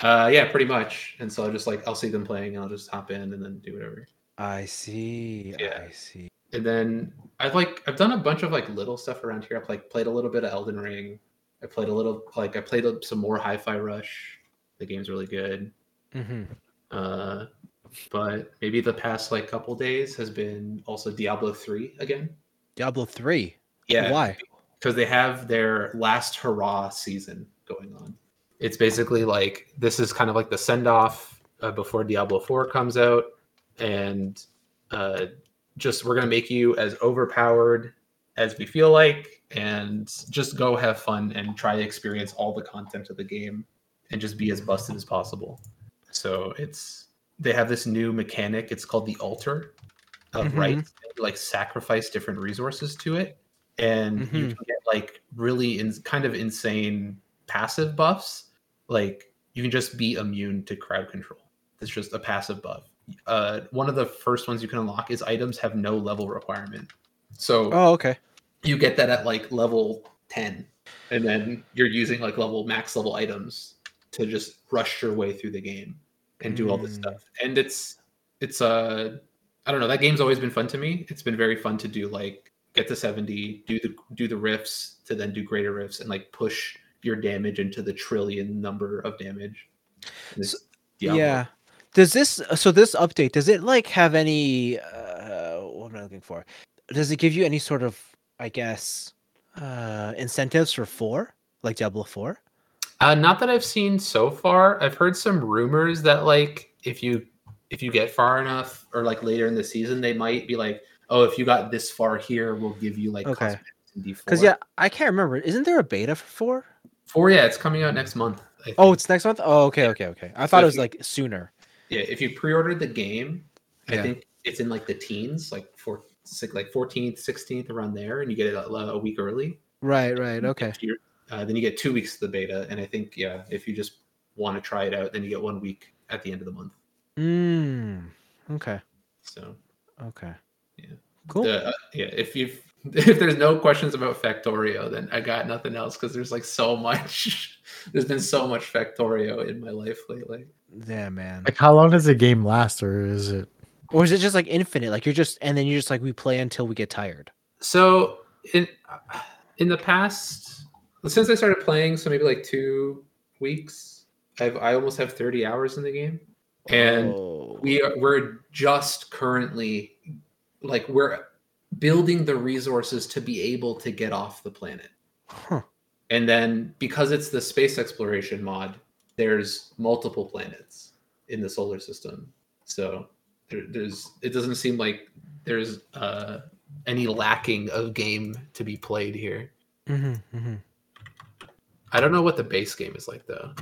Uh, yeah, pretty much. And so I just like I'll see them playing, and I'll just hop in and then do whatever. I see. Yeah. I see. and then I've like I've done a bunch of like little stuff around here. I've like played a little bit of Elden Ring. I played a little like I played some more Hi-Fi Rush. The game's really good. hmm Uh, but maybe the past like couple days has been also Diablo three again. Diablo three. Yeah, Why? because they have their last hurrah season going on. It's basically like this is kind of like the send off uh, before Diablo 4 comes out, and uh, just we're going to make you as overpowered as we feel like, and just go have fun and try to experience all the content of the game and just be as busted as possible. So it's they have this new mechanic, it's called the altar of Mhm. rights, you, like sacrifice different resources to it and you Mhm. can get like really in, kind of insane passive buffs. Like you can just be immune to crowd control. It's just a passive buff. Uh, one of the first ones you can unlock is items have no level requirement. So Oh, okay. you get that at like level 10, and then you're using like level max level items to just rush your way through the game and do all this Mm. stuff. And it's it's uh I don't know, that game's always been fun to me. It's been very fun to do like get to 70, do the do the riffs to then do greater riffs and like push your damage into the trillion number of damage. And it's Diablo. Yeah. Does this uh, so this update does it like have any uh what am I looking for? Does it give you any sort of I guess uh incentives for 4 like Diablo 4? Uh, not that I've seen so far. I've heard some rumors that like if you if you get far enough or like later in the season, they might be like, oh, if you got this far here, we'll give you like Okay. cosmetics in D4. Cuz yeah, I can't remember. Isn't there a beta for 4? four, yeah, it's coming out next month. I think. Oh, it's next month. Oh, okay, okay, okay. I So thought if it was you- like sooner. yeah. If you pre-order the game, I Yeah. think it's in like the teens, like four, six, like fourteenth, sixteenth, around there, and you get it a, a week early. Right, right. Okay. If you're- Uh, then you get two weeks of the beta, and I think yeah, if you just want to try it out, then you get one week at the end of the month. Mm. Okay. So Okay. Yeah. Cool. The- uh, yeah, if you if there's no questions about Factorio, then I got nothing else because there's like so much. There's been so much Factorio in my life lately. yeah, man. Like, how long does a game last, or is it? Or is it just like infinite? Like you're just and then you're just like we play until we get tired. So in in the past, since I started playing, so maybe like two weeks, I've I almost have 30 hours in the game, and Whoa. we are we're just currently like we're building the resources to be able to get off the planet. Huh. And then because it's the space exploration mod, there's multiple planets in the solar system. So there, there's it doesn't seem like there's uh, Mm-hmm, any lacking of game to be played here. Mhm, mhm. I don't know what the base game is like though.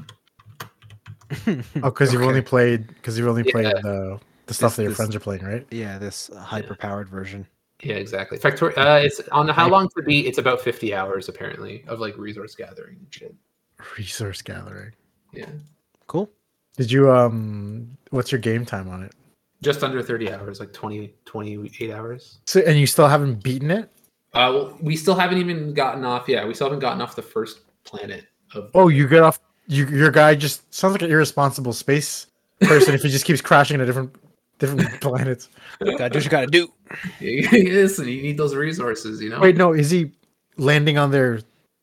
mm-hmm. Oh, because you've Okay. only played because you've only played Yeah. the the stuff This- that your this- friends are playing, right? yeah, this hyper powered version. Yeah, exactly. Factor. Uh, it's on how long to beat. It's about fifty hours apparently of like resource gathering and shit. Resource gathering. Yeah, Cool. Did you um? What's your game time on it? just under thirty hours, like 20, 28 hours. So and you still haven't beaten it? Uh, well, we still haven't even gotten off. Yeah, we still haven't gotten off the first planet of. Oh, you get off. You, your guy just sounds like an irresponsible space person if he just keeps crashing into different different planets. Gotta do what you gotta do. Listen, you need those resources, you know. Wait, no, is he landing on their?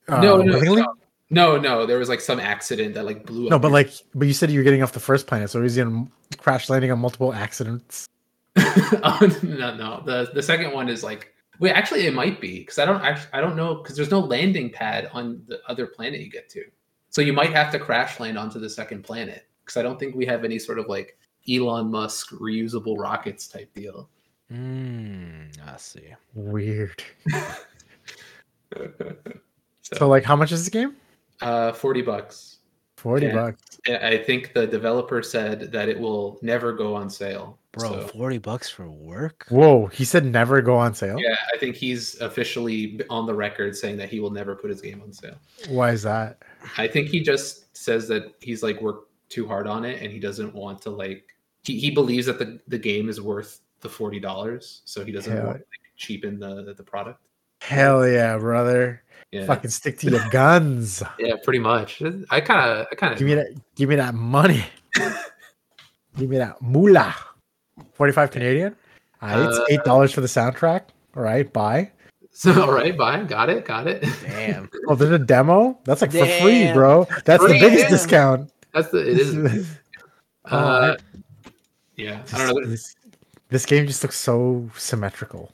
Uh, no, no, willingly? no, no, no. There was like some accident that like blew up. No, but like, but you said you were getting off the first planet, so is he on crash landing on multiple accidents? oh, no, no. The the second one is like wait. Actually, it might be because I don't actually I don't know because there's no landing pad on the other planet you get to. So you might have to crash land onto the second planet because I don't think we have any sort of like Elon Musk reusable rockets type deal. Mm, I see. Weird. so, So like, how much is this game? uh, forty bucks. Forty Yeah. bucks. And I think the developer said that it will never go on sale. Bro, So, 40 bucks for work? Whoa, he said never go on sale. yeah, I think he's officially on the record saying that he will never put his game on sale. Why is that? I think he just says that he's like worked too hard on it and he doesn't want to like he, he believes that the, the game is worth the forty dollars, so he doesn't Yeah. want to like, cheapen the the product. Hell yeah, brother! Yeah, Fucking stick to your guns. yeah, pretty much. I kind of, I kind Give me that. Give me that money. give me that moolah. Forty-five Canadian. All right, Uh, it's eight dollars for the soundtrack. All right, bye. So, all right, bye, got it, got it. Damn. Oh, there's a demo. That's like for free, Damn. bro. That's the Free, biggest yeah. discount. That's the it is. Oh, Uh, yeah, I don't know. This, this- this game just looks so symmetrical.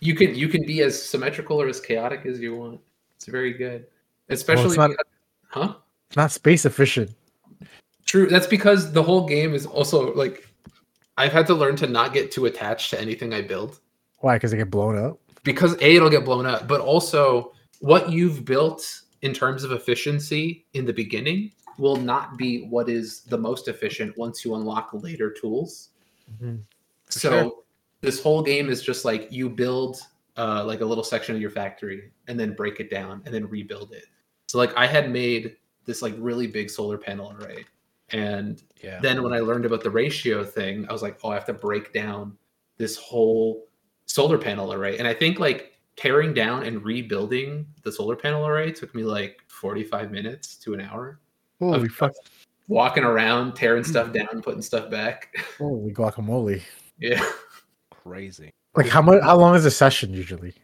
you can you can be as symmetrical or as chaotic as you want. It's very good, especially not- because- huh? It's not space efficient. True. That's because the whole game is also like I've had to learn to not get too attached to anything I build Why? Because they get blown up. because a it'll get blown up, but also what you've built in terms of efficiency in the beginning will not be what is the most efficient once you unlock later tools. Mm-hmm. For So sure. this whole game is just like you build uh, like a little section of your factory and then break it down and then rebuild it. So like I had made this like really big solar panel array, and Yeah. then when I learned about the ratio thing, I was like, oh, I have to break down this whole solar panel array. And I think like tearing down and rebuilding the solar panel array took me like 45 minutes to an hour. Holy Of- fuck! Walking around, tearing stuff down, putting stuff back. Holy guacamole! yeah. Crazy. Like how much? How long is a session usually?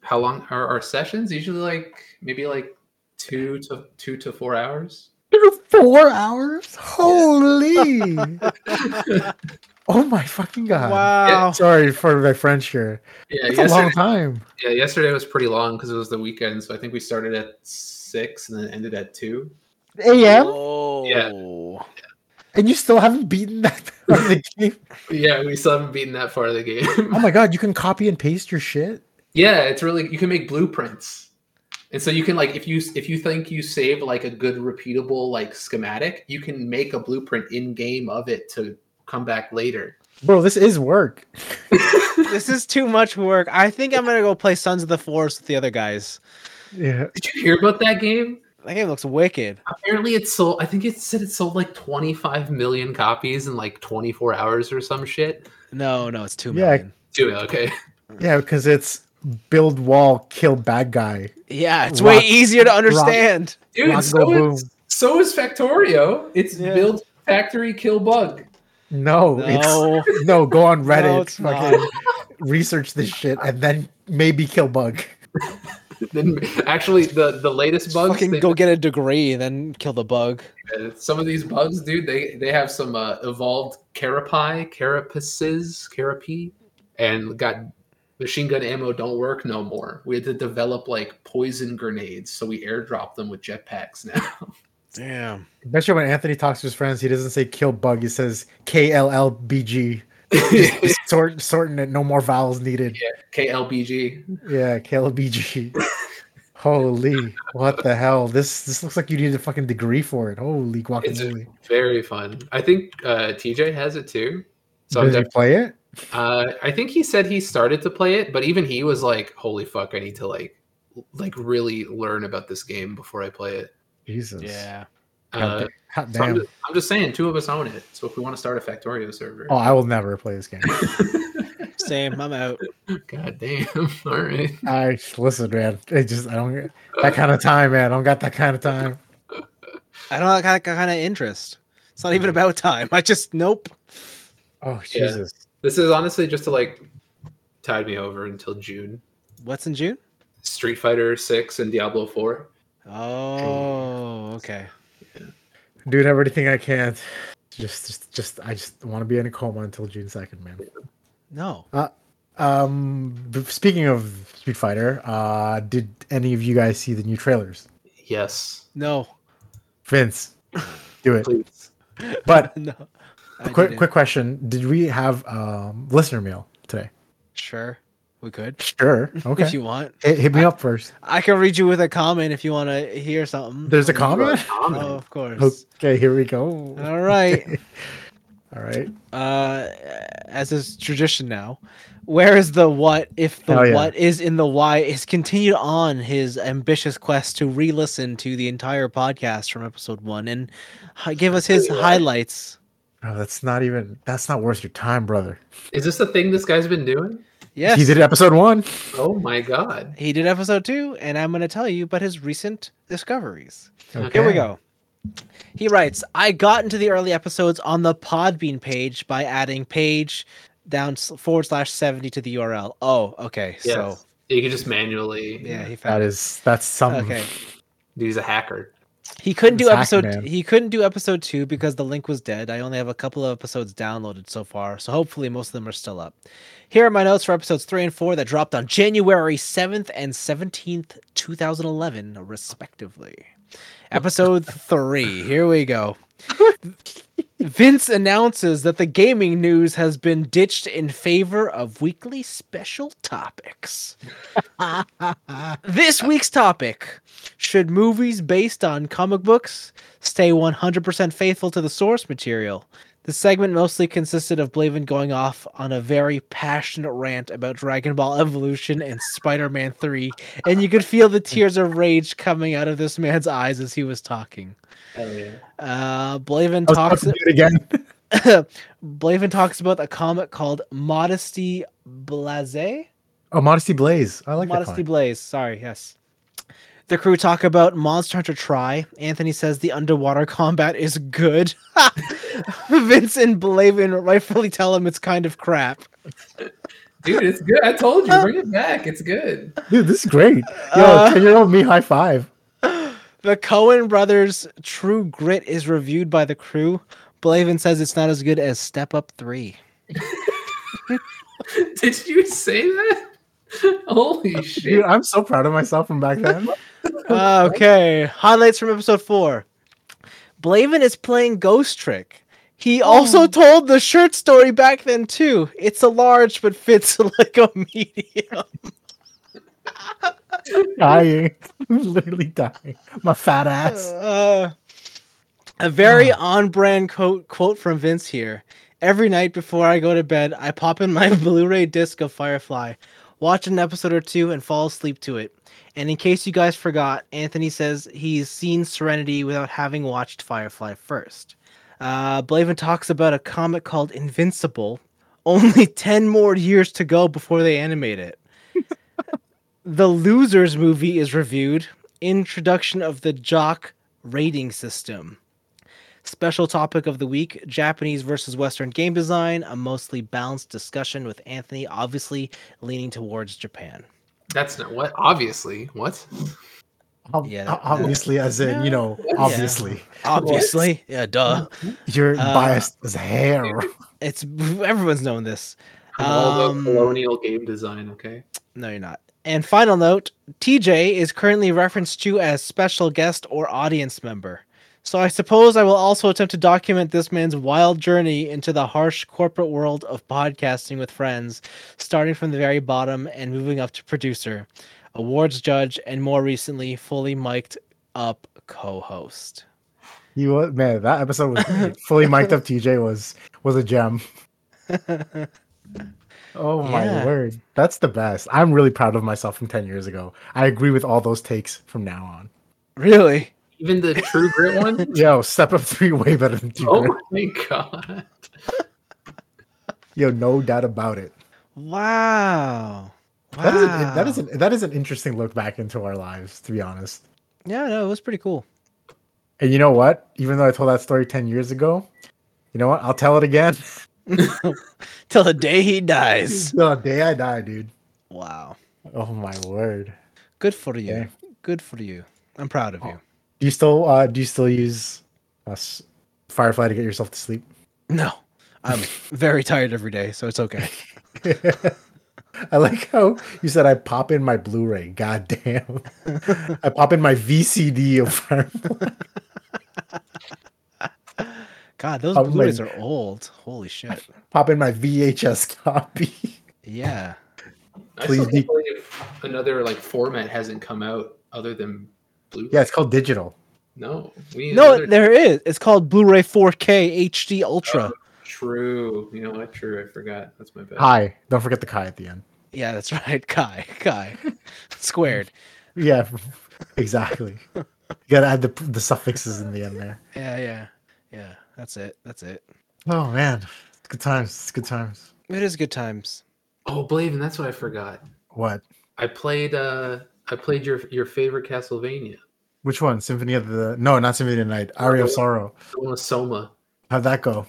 how long are our sessions usually like maybe like two to two to four hours Four hours? Holy! oh my fucking god! Wow. Sorry for my French here. yeah It's yesterday, a long time. yeah yesterday was pretty long because it was the weekend so i think we started at six and then ended at two A.M. Whoa. and you still haven't beaten that part of the game. yeah we still haven't beaten that part of the game Oh my god! You can copy and paste your shit. yeah it's really you can make blueprints and so you can like if you if you think you save like a good repeatable like schematic you can make a blueprint in game of it to come back later Bro, this is work. This is too much work. I think I'm gonna go play Sons of the Forest with the other guys. Yeah. did you hear about that game That game looks wicked. Apparently, it sold. I think it said it sold like 25 million copies in like 24 hours or some shit. No, no, it's too Yeah, million. Dude, okay. Yeah, because it's build wall, kill bad guy. Yeah, it's Rock- way easier to understand. Dude, Rock, so, go, is, so is Factorio. It's Yeah. build factory kill bug. No, it's No. no. Go on Reddit, No, it's fucking research this shit, and then maybe kill bug. Then actually, the the latest bugs. Fucking they- go get a degree and then kill the bug. some of these bugs, dude. They they have some uh, evolved carapi, carapaces, carapi, and got machine gun ammo. Don't work no more. We had to develop like poison grenades, so we airdrop them with jetpacks now. Damn. I bet you when Anthony talks to his friends, he doesn't say kill bug. He says K L L B G. Sort sorting it. No more vowels needed. KLBG. Yeah, K L B G. Holy, what the hell? This this looks like you need a fucking degree for it. Holy It's guacamole! very fun. I think uh, TJ has it too. So I'm Did you play it? def- uh, I think he said he started to play it, but even he was like, "Holy fuck, I need to like, l- like really learn about this game before I play it." Jesus. Yeah. God Uh, da- hot so I'm, damn. just, I'm just saying, two of us own it. So if we want to start a Factorio server, Oh, I will never play this game. Same. I'm out. god damn! All right, I listen, man. It just I don't get that kind of time, man. I don't got that kind of time. I don't have that kind of interest. It's not Hmm. even about time. I just nope. Oh Jesus. this is honestly just to like tide me over until June. What's in June? Street Fighter Six and Diablo Four. Oh, okay. Doing everything I can. Just just just I just want to be in a coma until June second, man. No. Um b- speaking of Street Fighter, uh did any of you guys see the new trailers? Yes, No. Vince, do it. please. But No. I quick didn't. quick question. Did we have um listener mail today? Sure. We could. Sure. Okay. If you want. hit, hit me up first. I can read you with a comment if you want to hear something. There's a comment. comment? Oh, Comment. of course. Okay, here we go. All right. All right. uh as is tradition now where is the what if the Hell yeah. what is in the why is continued on his ambitious quest to re-listen to the entire podcast from episode one and hi- give us his highlights Oh, that's not even that's not worth your time, brother. Is this the thing this guy's been doing? yes He did episode one. Oh my god! he did episode two and i'm going to tell you about his recent discoveries Okay. Here we go. He writes, I got into the early episodes on the Podbean page by adding page down s- forward slash 70 to the URL. Oh, okay. Yes. So, you can just manually. yeah, he found That it. is that's something. Okay. He's a hacker. He couldn't do It's hack, episode man. he couldn't do episode 2 because the link was dead. I only have a couple of episodes downloaded so far, so hopefully most of them are still up. Here are my notes for episodes 3 and 4 that dropped on January 7th and 17th, 2011 respectively. Episode 3. Here we go. Vince announces that the gaming news has been ditched in favor of weekly special topics. this week's topic should movies based on comic books stay 100% faithful to the source material? The segment mostly consisted of Blaven going off on a very passionate rant about Dragon Ball Evolution and Spider Man 3, and you could feel the tears of rage coming out of this man's eyes as he was talking. Hell yeah. Uh, Blaven I was talks. about to do it again. Blaven talks about a comic called Modesty Blase. Oh, Modesty Blaze. I like Modesty that. Pun. Blaze. Sorry, yes. The crew talk about Monster Hunter Try. Anthony says the underwater combat is good. Vince and Blaven rightfully tell him it's kind of crap. Dude, it's good. I told you, bring it back. It's good. Dude, this is great. Yo, Uh, 10 year old me high five. The Cohen brothers' True Grit is reviewed by the crew. Blaven says it's not as good as Step Up 3. Did you say that? Holy Dude, shit. I'm so proud of myself from back then. okay. Highlights from episode four. Blaven is playing Ghost Trick. He also told the shirt story back then too. It's a large but fits like a medium. dying. Literally dying. My fat ass. Uh, a very on-brand quote quote from Vince here. Every night before I go to bed, I pop in my Blu-ray disc of Firefly, watch an episode or two, and fall asleep to it. And in case you guys forgot, Anthony says he's seen Serenity without having watched Firefly first. Uh, Blaven talks about a comic called Invincible. Only 10 more years to go before they animate it. the Losers movie is reviewed. Introduction of the Jock rating system. Special topic of the week Japanese versus Western game design, a mostly balanced discussion with Anthony, obviously leaning towards Japan. That's not what. Obviously. What? Ob- Yeah, o- that- obviously, as in, you know, obviously. Obviously. Yeah, duh. You're Uh, biased as hair. It's everyone's known this. I'm all Um, about colonial game design, okay? No, you're not. And final note TJ is currently referenced to as special guest or audience member. So I suppose I will also attempt to document this man's wild journey into the harsh corporate world of podcasting with friends, starting from the very bottom and moving up to producer. awards judge, and more recently, fully mic'd up co-host. You was man, that episode was great. fully mic'd up. TJ was was a gem. Oh my Yeah. word, that's the best. I'm really proud of myself from ten years ago. I agree with all those takes from now on. really? Even the True Grit one. Yo, step up three way better than two. oh Grit. my god! Yo, no doubt about it. Wow. Wow. That is an, that is an, that is an interesting look back into our lives, to be honest. yeah, no, it was pretty cool. And you know what? Even though I told that story ten years ago, you know what? I'll tell it again. Till the day he dies. the day I die, dude. Wow. Oh my word. Good for you. Yeah. Oh. Good for you. I'm proud of you. Do you still uh do you still use uh, s- Firefly to get yourself to sleep? No. I'm very tired every day, so it's okay. I like how you said I pop in my Blu-ray. God damn. I pop in my VCD of Firefly. God, those Oh, my- Blu-rays are old. Holy shit. pop in my VHS copy. Yeah. I still Please be- can't believe another like format hasn't come out other than blue. Yeah, it's called digital. No, we need No, another- there it is. It's called Blu-ray 4K HD Ultra. True. You know what? True. I forgot. That's my bad. Hi. Don't forget the Kai at the end. Yeah, that's right. Kai, Kai, squared. Yeah, exactly. You gotta add the the suffixes in the end there. Yeah, yeah, yeah. That's it. That's it. Oh man. It's good times. It's good times. It is good times. Oh, Blaven, that's what I forgot. What? I played uh I played your your favorite Castlevania. Which one? Symphony of the No, not Symphony of the Night. Aria of Sorrow. The one with Soma. How'd that go?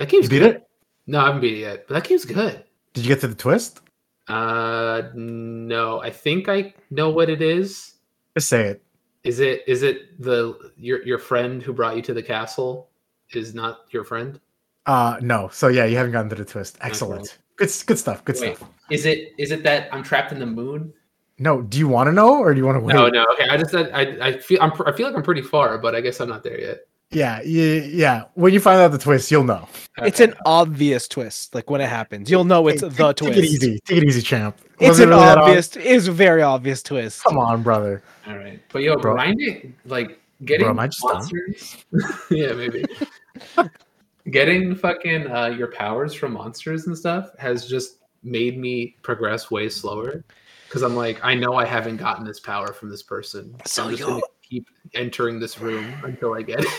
That game's You beat good. it? No, I haven't beat it yet. But that game's good. Did you get to the twist? Uh no, I think I know what it is. Just say it. Is it is it the your your friend who brought you to the castle is not your friend? Uh no. So yeah, you haven't gotten to the twist. Excellent. Good s- good stuff. Good Mm-hmm. Wait. stuff. Is it is it that I'm trapped in the moon? No, do you want to know or do you want to wait? No, no. Okay, I just I I feel I'm I feel like I'm pretty far, but I guess I'm not there yet. Yeah, yeah, yeah. When you find out the twist, you'll know. It's an obvious twist. Like when it happens, you'll know it's Hey, the take, twist. Take it easy. Take it easy, champ. It's Wasn't an really that ob- obvious. It is a very obvious twist. Come on, brother. All right, but yo, Bro. grind it. Like getting am I just dumb? monsters. yeah, maybe. getting fucking uh, your powers from monsters and stuff has just made me progress way slower because I'm like, I know I haven't gotten this power from this person, so, So I'm just you're- gonna keep entering this room until I get it.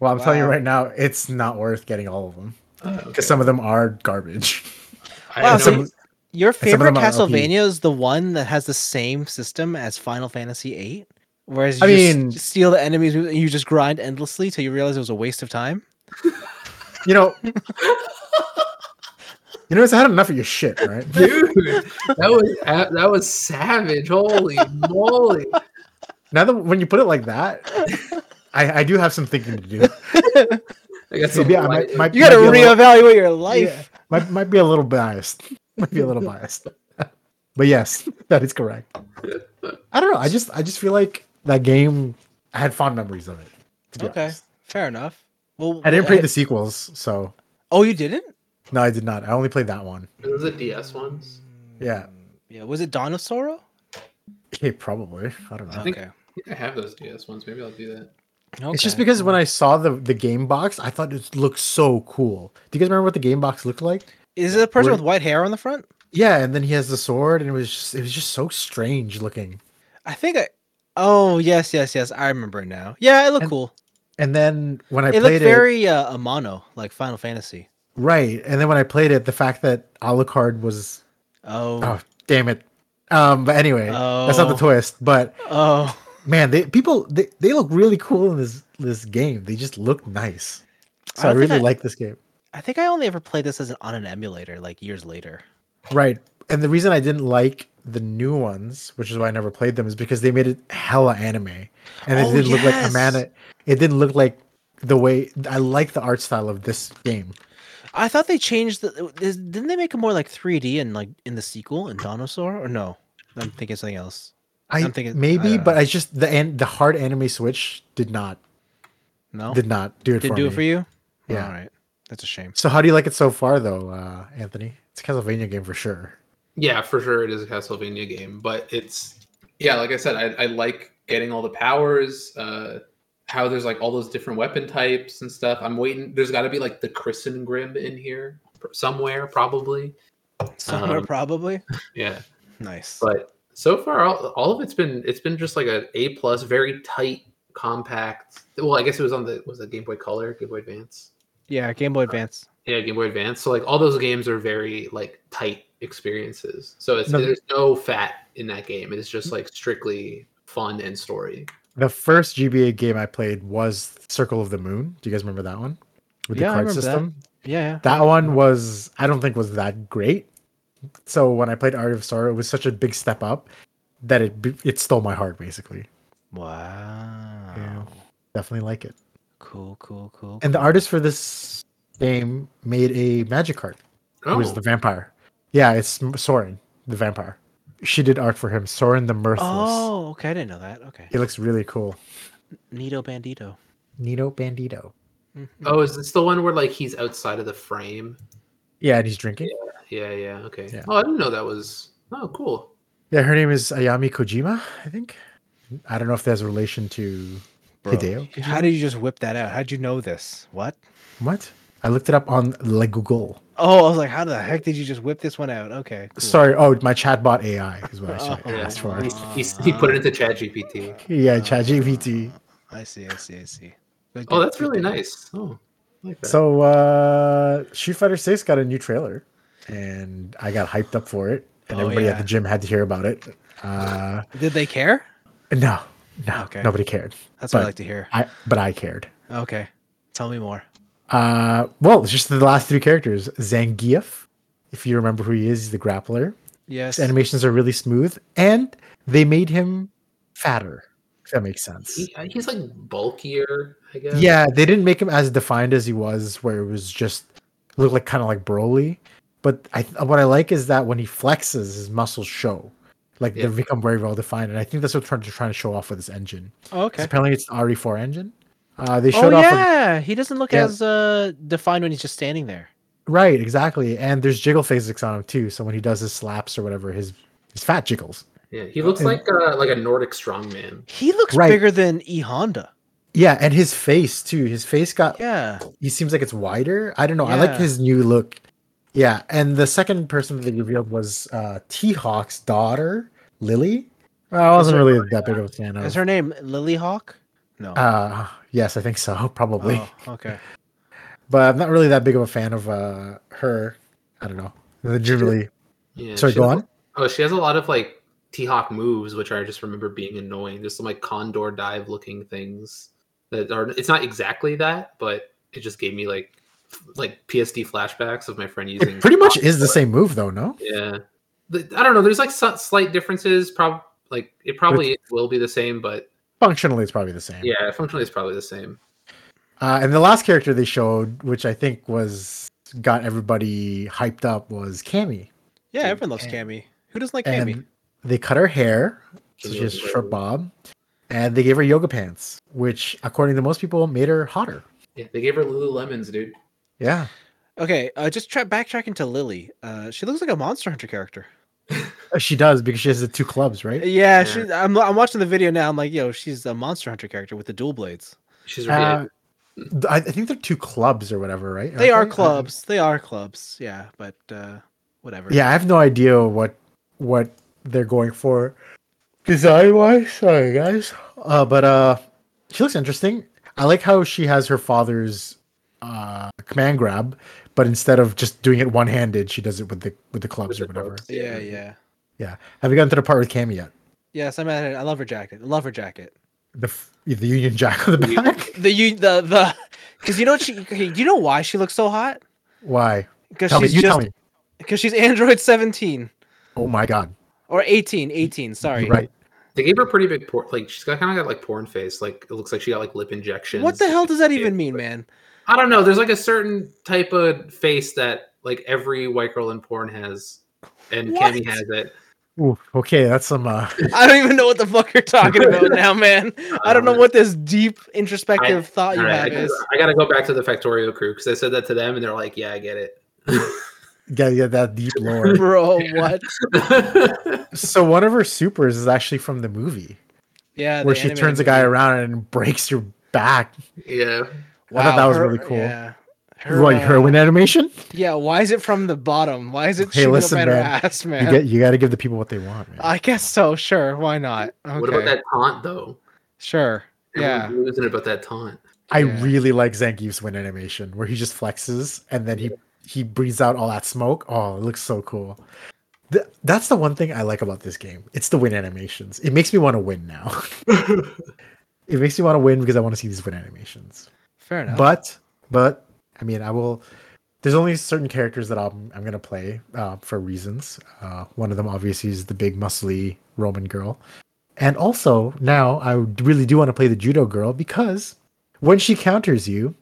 Well, I'm telling you Wow. right now, it's not worth getting all of them Uh, okay. because some of them are garbage. I Wow, know- so your some of favorite them are OP. Castlevania is the one that has the same system as Final Fantasy VIII, whereas you I just mean- steal the enemies and you just grind endlessly till you realize it was a waste of time. You know, you notice I had enough of your shit, right? dude, that was a- that was savage. Holy moly! Now that when you put it like that, I, I do have some thinking to do. I got some Maybe I light- might, might, You got to might be a little- reevaluate your life. yeah, might, might be a little biased. Might be a little biased. but yes, that is correct. I don't know. I just I just feel like that game. I had fond memories of it. To be Okay, honest. fair enough. Well, I didn't play the sequels, so Oh, you didn't? no, I did not. I only played that one. Those are DS ones. Yeah. Yeah. Was it Dawn of Sorrow? Okay, probably. I don't know. think- Okay. I think I have those DS ones. Maybe I'll do that. It's just because when I I saw the the game box, I thought it looked so cool. Do you guys remember what the game box looked like? is it a person We're- with white hair on the front? Yeah, and then he has the sword, and it was just, it was just so strange looking. I think I. Oh yes, yes, yes. I remember now. Yeah, it looked And cool. And then when I it played looked very uh, Amano, like Final it, Fantasy. right? And then when I played it, the fact that Alucard was Oh. oh damn it. Um, but anyway, that's not the Oh. twist. But oh. man, they people they, they look really cool in this this game. They just look nice. So I I, don't think really I- like this game. I think I only ever played this as an, on an emulator, like years later. Right. And the reason I didn't like the new ones, which is why I never played them, is because they made it hella anime. And it Oh, didn't look like a man. yes. It didn't look like the way I like the art style of this game. I thought they changed the. is- Didn't they make it more like 3D and like in the sequel in Dinosaur? Or no? I'm thinking something else. I I'm thinking- uh, I maybe, don't but I just the an, the hard anime switch did not No, did not do it didn't for do me. it for you. Yeah. All right, that's a shame. So how do you like it so far though, uh, Anthony? It's a Castlevania game for sure. Yeah, for sure, it is a Castlevania game, but it's yeah, like I said, I, I like getting all the powers. Uh, how there's like all those different weapon types and stuff. I'm waiting. There's got to be like the Christen Grim in here pr- somewhere, probably. Somewhere Um, probably. Yeah, Nice. but so far, all, all of it's been it's been just like an A plus, very tight, compact. Well, I guess it was on the was it Game Boy Color, Game Boy Advance. yeah, Game Boy Advance. Yeah, Game Boy Advance. So like all those games are very like tight experiences. So it's No. there's no fat in that game. It's just like strictly fun and story. The first GBA game I played was Circle of the Moon. Do you guys remember that one? With Yeah, I the card remember that. system. Yeah, yeah. That one was I don't think was that great. So when I played Art of Sorrow, it was such a big step up that it be- it stole my heart basically. Wow. Definitely like it. Cool, cool, cool. And the artist for this game made a magic card. Oh, Who is the vampire? Yeah, it's M- Soren, the vampire. She did art for him. Soren the Mirthless. Oh, okay. I didn't know that. Okay. He looks really cool. Nito Bandito. Nino Bandito. Mhm. oh, is this the one where like he's outside of the frame? Yeah, and he's drinking. Yeah, yeah, okay. Yeah. Oh, I didn't know that was. Oh, cool. Yeah, her name is Ayami Kojima, I think. I don't know if that has a relation to Bro, Hideo? How did you just whip that out? How'd you know this? What? what? I looked it up on Le Google. Oh, I was like, how the heck did you just whip this one out? Okay. cool. Sorry. Oh, my chatbot AI is what I should Oh, ask for. He, he, he put it into Chat GPT. Yeah, ChatGPT. I see, I see, I see. Good, Oh, good, that's good really deal. nice. Oh, I like that. So, uh, Street Fighter 6 got a new trailer, and I got hyped up for it, and Oh, everybody yeah. at the gym had to hear about it. Uh, Did they care? no, no, Okay. nobody cared. That's what I But- like to hear. I, but I cared. Okay. Tell me more. Uh, well, it's just the last three characters Zangief, if you remember who he is, he's the grappler. Yes. His animations are really smooth, and they made him fatter, if that makes sense. He- uh, he's like bulkier, I guess. Yeah, they didn't make him as defined as he was, where it was just looked like kind of like Broly. But I th- what I like is that when he flexes, his muscles show, like Yeah. they become very well defined, and I think that's what they're trying to show off with this engine. Oh, 'Cause okay. Apparently, it's the RE4 engine. Uh, they Oh showed off a- yeah, he doesn't look Yeah. as uh, defined when he's just standing there. right exactly, and there's jiggle physics on him too. So when he does his slaps or whatever, his his fat jiggles. yeah. He looks And- like uh, like a Nordic strongman. He looks Right. bigger than E Honda. Yeah, and his face too. His face got Yeah. he seems like it's wider. I don't know. I like Yeah. his new look. Yeah, and the second person that they revealed was uh T Hawk's daughter, Lily. I wasn't her- really that big of a fan of. Is her name Lily Hawk? No. uh yes, I think so, probably. Oh, okay. But I'm not really that big of a fan of uh her. I don't know. The Jubilee. Yeah. Sorry, she go has- on. Oh, she has a lot of like T Hawk moves, which I just remember being annoying. There's some like condor dive looking things that are. It's not exactly that, but it just gave me like f- like PSD flashbacks of my friend using. It pretty much Hawk is the Foot. same move though, no? Yeah, The- I don't know. There's like some slight differences. Prob like it probably will be the same, but Functionally it's probably the same. yeah, functionally it's probably the same. Uh, and the last character they showed, which I think was got everybody hyped up, was Cammy. Yeah, Dude, everyone loves and- Cammy. Who doesn't like and Cammy? they cut her hair, so She she was has very- short bob, and they gave her yoga pants, which, according to most people, made her hotter. Yeah, they gave her Lululemons, dude. Yeah, Okay, uh, just tra- backtracking to Lily. Uh, she looks like a Monster Hunter character. Uh, she does because she has the two clubs, right? Yeah, Yeah. she, I'm, I'm watching the video now. I'm like, yo, she's a Monster Hunter character with the dual blades. She's Uh, really th- I I think they're two clubs or whatever, right? They are Aren't clubs. They are clubs. Yeah, but uh, whatever. Yeah, I have no idea what what they're going for design wise. Sorry, guys. Uh, but uh, she looks interesting. I like how she has her father's uh command grab, but instead of just doing it one handed, she does it with the with the clubs the or whatever. clubs. Yeah, yeah. Have you gotten to the part with Cammy yet? Yes, I'm at it. I love her jacket. I love her jacket. the f- the Union Jack on the Union- back. The you the the because you know what she okay, you know why she looks so hot Why? because Tell me. she's You tell just me. because she's Android 17 Oh my God! or 18 18 sorry You're right. They gave her pretty big por Like she's got kind of got like porn face. Like it looks like she got like lip injections. what the hell does that even mean man I don't know. There's like a certain type of face that like every white girl in porn has, and What? Cammy has it. Ooh, okay, that's some. Uh, I don't even know what the fuck you're talking about now man I don't know what this deep introspective thought you All right, I, have gotta- is I gotta go back to the Factorio crew because I said that to them, and they're like, "Yeah, I get it." yeah, yeah, that deep lore. Bro, Yeah. what? so one of her supers is actually from the movie Yeah, where the she animated turns a guy movie. around and breaks your back. yeah. I thought that was her- really cool. Yeah. Her, Her, like uh, heroin animation. Yeah, why is it from the bottom? Why is it Hey, shooting listen, up at her man. ass, You man? get you got to give the people what they want. Man. I guess so. Sure, why not? Okay. What about that taunt though? Sure. Yeah. Everyone's losing it about that taunt. I Yeah. really like Zangief's win animation where he just flexes and then he he breathes out all that smoke. Oh, it looks so cool. Th- that's the one thing I like about this game. It's the win animations. It makes me want to win now. it makes me want to win because I want to see these win animations. Fair enough. But but I mean, I will. There's only certain characters that I'm I'm gonna play uh, for reasons. Uh, one of them obviously is the big muscly Roman girl, and also now I would- really do want to play the judo girl because when she counters you,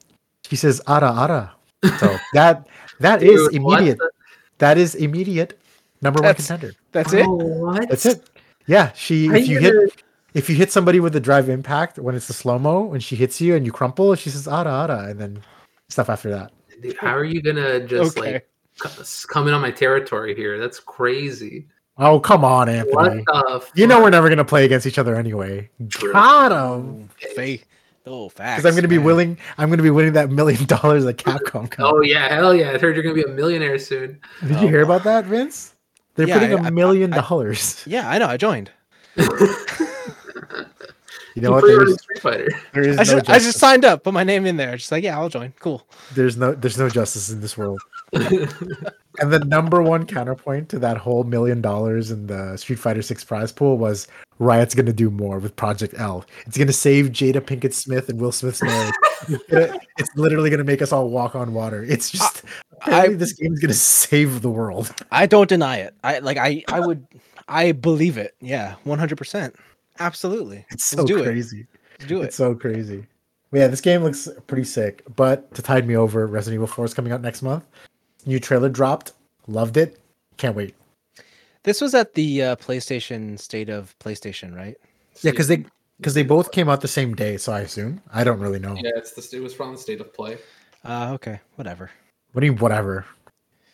she says ara ara. So that that is Dude, what immediate. the- That is immediate number one That's- contender. that's it. Oh, what? That's it. Yeah, she Are if you you hit if you hit somebody with a drive impact when it's the slow mo when she hits you and you crumple, she says "ara ara" and then stuff after that. gonna- dude, how are you gonna just okay. like c- s- come in on my territory here? That's crazy. Oh come on, What Anthony! the? You know fuck? we're never gonna play against each other anyway. True. Got him. Faith. Oh, facts. Because I'm gonna be man. willing. I'm gonna be winning that million dollars that Capcom. got. Oh yeah, hell yeah! I heard you're gonna be a millionaire soon. Did you hear about that, Vince? They're Yeah, putting I- a I- million I- dollars. Yeah, I know. I joined. You know what? Pre-ordered There's, Street Fighter. there is no I just, justice. I just signed up, put my name in there. Just like, yeah, I'll join. Cool. there's no there's no justice in this world. and the number one counterpoint to that whole million dollars in the Street Fighter Six prize pool was Riot's going to do more with Project L. It's going to save Jada Pinkett Smith and Will Smith's marriage. It's gonna- it's literally going to make us all walk on water. It's Uh, just apparently this game's going to save the world. I don't deny it. I like I I would I believe it. Yeah, 100%. Absolutely. It's so Let's do it. crazy. Let's do it. It's so crazy. But yeah, this game looks pretty sick. But to tide me over, Resident Evil 4 is coming out next month. New trailer dropped. Loved it. Can't wait. This was at the uh, PlayStation State of PlayStation, right? Yeah, because they because they both came out the same day, so I assume. I don't really know. Yeah, it's the it was from the state of play. Uh, okay, whatever. What do you whatever?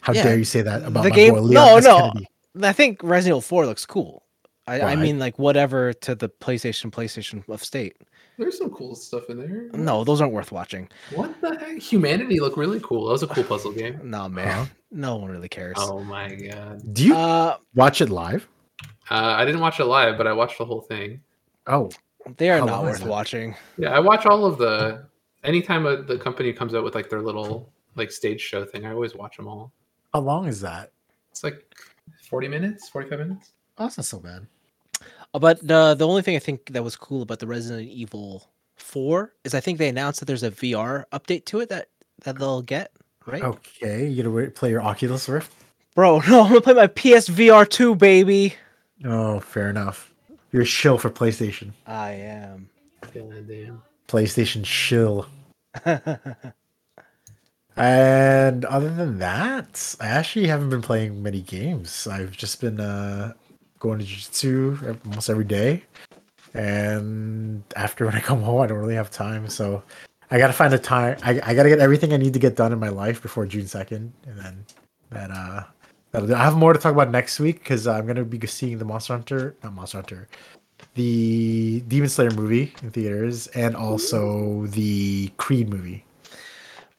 How Yeah, dare you say that about the my game- boy no, Leon S. no. Kennedy? I think Resident Evil 4 looks cool. I, I Right. mean, like whatever to the PlayStation, PlayStation of state. There's some cool stuff in there. No, those aren't worth watching. What the heck? Humanity looked really cool. That was a cool puzzle game. No, Uh-huh. man, no one really cares. Oh my god. Do you Uh, watch it live? Uh, I didn't watch it live, but I watched the whole thing. Oh, they are How not long is worth it? watching. Yeah, I watch all of the. Anytime uh the company comes out with like their little like stage show thing, I always watch them all. how long is that? It's like forty minutes, forty-five minutes. Oh, that's not so bad. Uh, But uh, the only thing I think that was cool about the Resident Evil 4 is I think they announced that there's a VR update to it that that they'll get, right? Oh. Okay, you gonna wait- play your Oculus Rift? Bro, no, I'm gonna play my PSVR 2, baby. Oh, fair enough. You're a shill for PlayStation. I am. God damn. PlayStation shill. And other than that, I actually haven't been playing many games. I've just been uh, going to jiu-jitsu ev- almost every day. And after when I come home, I don't really have time. So I got to find a time. I, I got to get everything I need to get done in my life before June 2nd. And then that, uh, that'll do. I have more to talk about next week because I'm going to be seeing the Monster Hunter, not Monster Hunter, the Demon Slayer movie in theaters and also the Creed movie.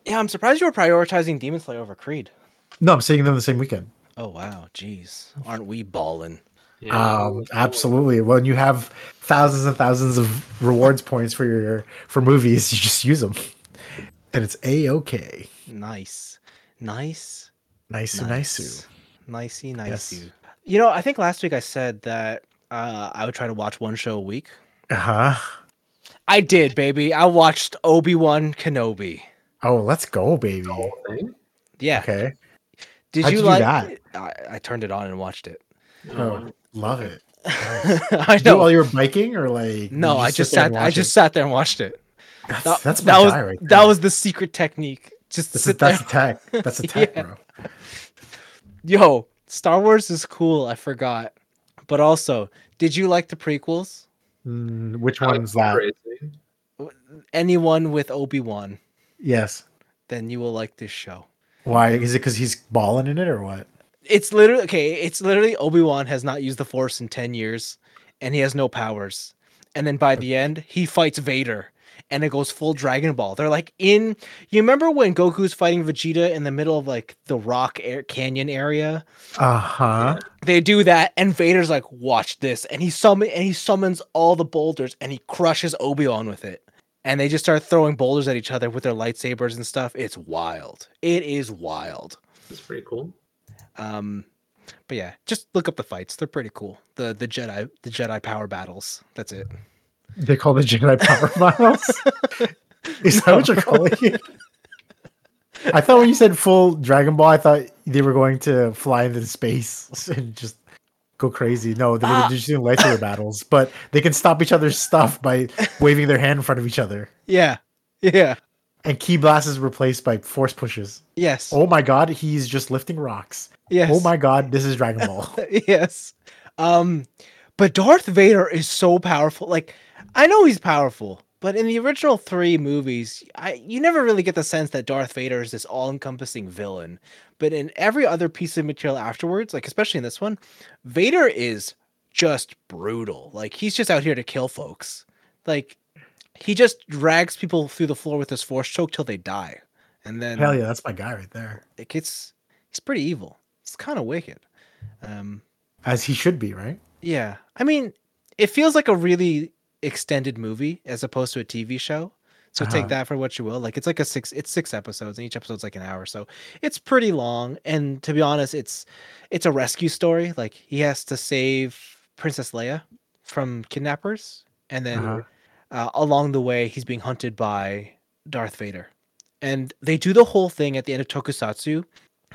yeah, I'm surprised you were prioritizing Demon Slayer over Creed. No, I'm seeing them the same weekend. Oh wow, jeez, aren't we balling? Yeah, Um, cool. absolutely. When you have thousands and thousands of rewards points for your for movies, you just use them, and it's a okay. Nice, nice, Nice, nice. nice. nicey, Yes. nice. You know, I think last week I said that uh, I would try to watch one show a week. Uh huh. I did, baby. I watched Obi Wan Kenobi. Oh, let's go, baby. The whole thing. Yeah. Okay, Did How'd you you do like? that? I, I turned it on and watched it. oh, love it. Do I you do it know. while you're biking or like? No, you I just sit there sat. and I watch just sat there and watched it. it? that's, that- that's my That was guy right that there. was the secret technique. Just This is, sit there. that's attack. That's attack, Yeah. bro. Yo, Star Wars is cool. I forgot. But also, did you like the prequels? Mm, which That was one's that? Um, crazy. Anyone with Obi Wan, Yes. then you will like this show. Why is it? Because he's balling in it or what? It's literally okay. It's literally Obi Wan has not used the Force in ten years, and he has no powers. And then by the end, he fights Vader, and it goes full Dragon Ball. They're like in. You remember when Goku's fighting Vegeta in the middle of like the Rock Air Canyon area? Uh huh. They do that, and Vader's like, "Watch this!" And he summon and he summons all the boulders, and he crushes Obi Wan with it. And they just start throwing boulders at each other with their lightsabers and stuff. It's wild. It is wild. It's pretty cool. Um, but yeah, just look up the fights. They're pretty cool. The the Jedi the Jedi power battles. That's it. They call the Jedi power miles. Is that what you're calling it? I thought when you said full Dragon Ball, I thought they were going to fly into space and just go crazy. No, they were Ah. just doing lightsaber battles, but they can stop each other's stuff by waving their hand in front of each other. Yeah. Yeah. And key blasts is replaced by force pushes. Yes. Oh my god, he's just lifting rocks. yes. Oh my god, this is Dragon Ball. yes. Um, but Darth Vader is so powerful. Like, I know he's powerful, but in the original three movies, I you never really get the sense that Darth Vader is this all-encompassing villain. But in every other piece of material afterwards, like especially in this one, Vader is just brutal. Like he's just out here to kill folks. Like he just drags people through the floor with his force choke till they die. And then Hell yeah, that's my guy right there. it gets he's pretty evil. It's kind of wicked. Um As he should be, right? yeah. I mean, it feels like a really extended movie as opposed to a TV show. So Uh-huh. take that for what you will. Like it's like a six it's six episodes and each episode's like an hour. So it's pretty long and to be honest, it's it's a rescue story. Like he has to save Princess Leia from kidnappers and then Uh-huh. uh, along the way he's being hunted by Darth Vader. And they do the whole thing at the end of Tokusatsu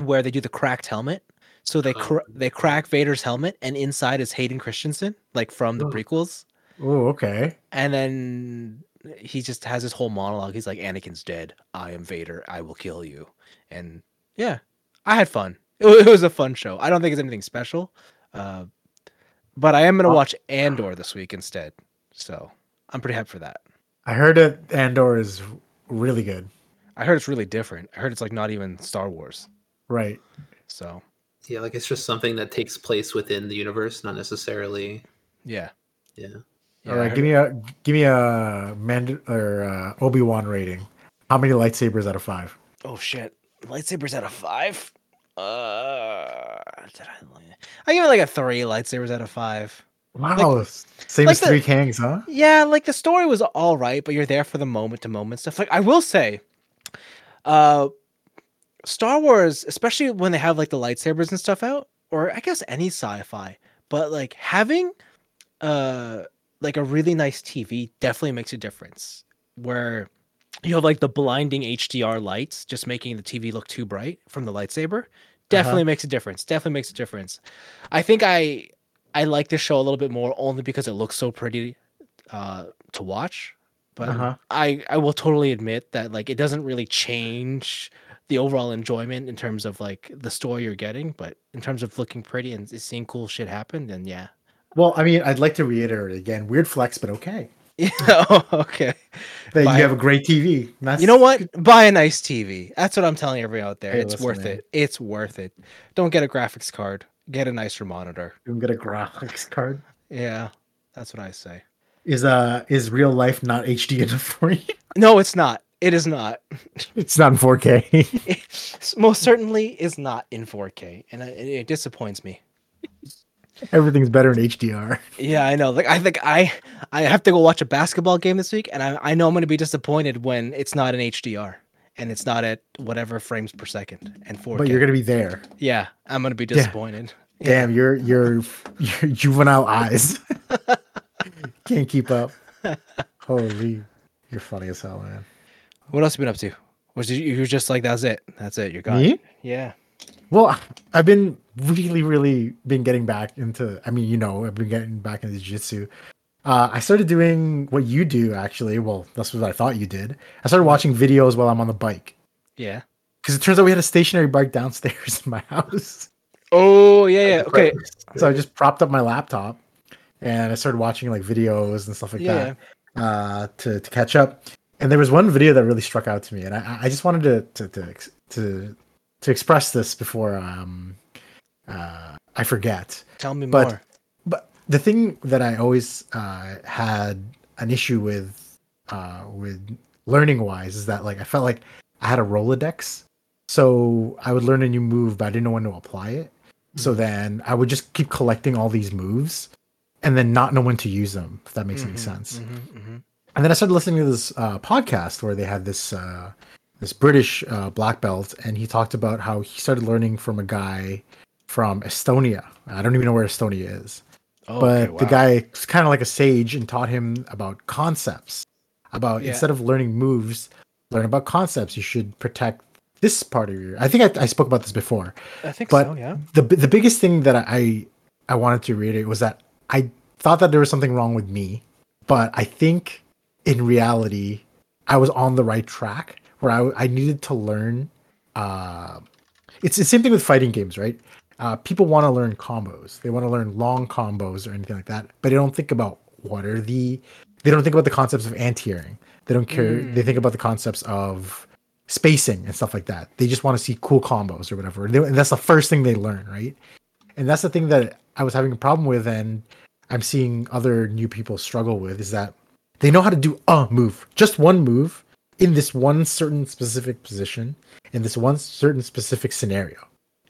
where they do the cracked helmet. So they Oh. cr- they crack Vader's helmet and inside is Hayden Christensen like from the Oh. prequels. Oh, okay. And then he just has this whole monologue. He's like Anakin's dead. I am Vader. I will kill you. And yeah, I had fun. It wa- it was a fun show. I don't think it's anything special. Uh, but I am going to Uh, watch Andor this week instead. So I'm pretty happy for that. I heard that Andor is really good. I heard it's really different. I heard it's like not even Star Wars. Right. So Yeah, like it's just something that takes place within the universe, not necessarily. yeah. Yeah. Yeah, I All right. heard- Give me a give me a Mand or uh, Obi Wan rating. How many lightsabers out of five? Oh shit! Lightsabers out of five. Uh, did I? li- I give it like a three lightsabers out of five. Wow. Same like as the- three Kangs, huh? Yeah, like the story was all right, but you're there for the moment to moment stuff. Like I will say, uh, Star Wars, especially when they have like the lightsabers and stuff out, or I guess any sci-fi, but like having uh like a really nice TV definitely makes a difference. Where you have like the blinding HDR lights just making the TV look too bright from the lightsaber definitely makes a difference. Definitely makes a difference. I think I I like this show a little bit more only because it looks so pretty uh to watch. But um, Uh-huh. I I will totally admit that like it doesn't really change the overall enjoyment in terms of like the story you're getting, but in terms of looking pretty and seeing cool shit happen, then yeah. Well, I mean, I'd like to reiterate again. Weird flex, but okay. Yeah. okay. That Buy- you have a great TV. That's, You know what? Buy a nice TV. That's what I'm telling everyone out there. Hey, it's listen, worth man. it. It's worth it. Don't get a graphics card. Get a nicer monitor. You can get a graphics card. Yeah. That's what I say. Is uh is real life not HD enough for you? No, it's not. It is not. It's not in 4K. It most certainly is not in 4K, and I, it it disappoints me. Everything's better in HDR. Yeah, I know. Like, I think I I have to go watch a basketball game this week, and I, I know I'm going to be disappointed when it's not in HDR and it's not at whatever frames per second and 4K. But you're gonna be there. yeah, I'm going to be Yeah. disappointed. Damn, your your your juvenile eyes can't keep up. Holy, you're funny as hell, man. What else have you been up to? Was you, you were just like that's it? That's it? You're gone? Me? Yeah. Well, I've been really, really been getting back into. I mean, you know, I've been getting back into jiu-jitsu. Uh, I started doing what you do, actually. Well, that's what I thought you did. I started watching videos while I'm on the bike Yeah. because it turns out we had a stationary bike downstairs in my house. Oh yeah yeah okay So I just propped up my laptop and I started watching like videos and stuff like yeah. that. uh, to to catch up. And there was one video that really struck out to me, and I, I just wanted to to to, ex- to to express this before um, uh, I forget. Tell me But- more. But the thing that I always uh, had an issue with uh, with learning wise is that like I felt like I had a Rolodex, so I would learn a new move, but I didn't know when to apply it. So then I would just keep collecting all these moves, and then not know when to use them. If that makes any Mhm, sense. mhm, mhm. and then I started listening to this uh, podcast where they had this uh, this British uh, black belt, and he talked about how he started learning from a guy from Estonia. I don't even know where Estonia is, Oh, but okay, the wow. guy is kind of like a sage and taught him about concepts. About Yeah. instead of learning moves, learn about concepts. You should protect this part of your. I think I, I spoke about this before I think but- so. Yeah. the the biggest thing that I I wanted to reiterate was that I thought that there was something wrong with me, but I think in reality I was on the right track where I I needed to learn. Uh, it's the same thing with fighting games, right? Uh, people want to learn combos. They want to learn long combos or anything like that, but they don't think about what are the. They don't think about the concepts of anti-airing. They don't care. They think about the concepts of spacing and stuff like that. They just want to see cool combos or whatever. And they- and that's the first thing they learn, right? And that's the thing that I was having a problem with, and I'm seeing other new people struggle with is that they know how to do a move, just one move in this one certain specific position in this one certain specific scenario.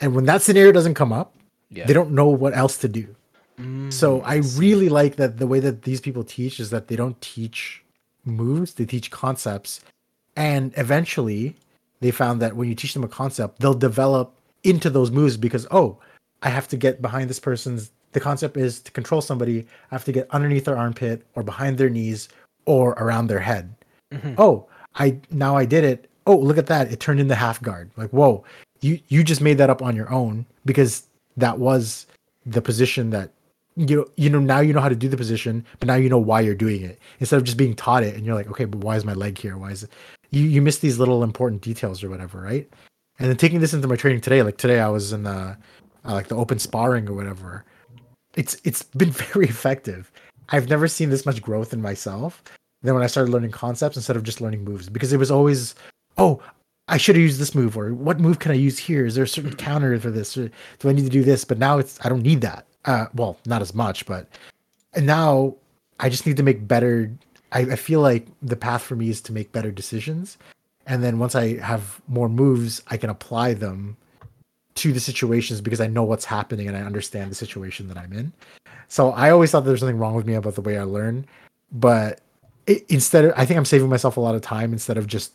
And when that scenario doesn't come up, Yeah. Mm-hmm. they don't know what else to do. Mm, So I really like that the way that these people teach is that they don't teach moves, they teach concepts. And eventually they found that when you teach them a concept, they'll develop into those moves because oh, I have to get behind this person's the concept is to control somebody, I have to get underneath their armpit or behind their knees or around their head. Mhm. Oh, I now I did it. Oh, look at that. It turned into half guard. Like, whoa, you you just made that up on your own because that was the position that you know, you know now you know how to do the position, but now you know why you're doing it instead of just being taught it and you're like, okay, but why is my leg here? Why is it? You you miss these little important details or whatever, right? And then taking this into my training today, like today I was in the uh, like the open sparring or whatever. It's it's been very effective. I've never seen this much growth in myself than when I started learning concepts instead of just learning moves because it was always, oh, I should have used this move or what move can I use here? Is there a certain counter for this? Or do I need to do this? But now it's I don't need that. Uh, well, not as much, but and now I just need to make better. I, I feel like the path for me is to make better decisions, and then once I have more moves, I can apply them to the situations because I know what's happening and I understand the situation that I'm in. So I always thought there was something wrong with me about the way I learn, but it, instead, of, I think I'm saving myself a lot of time instead of just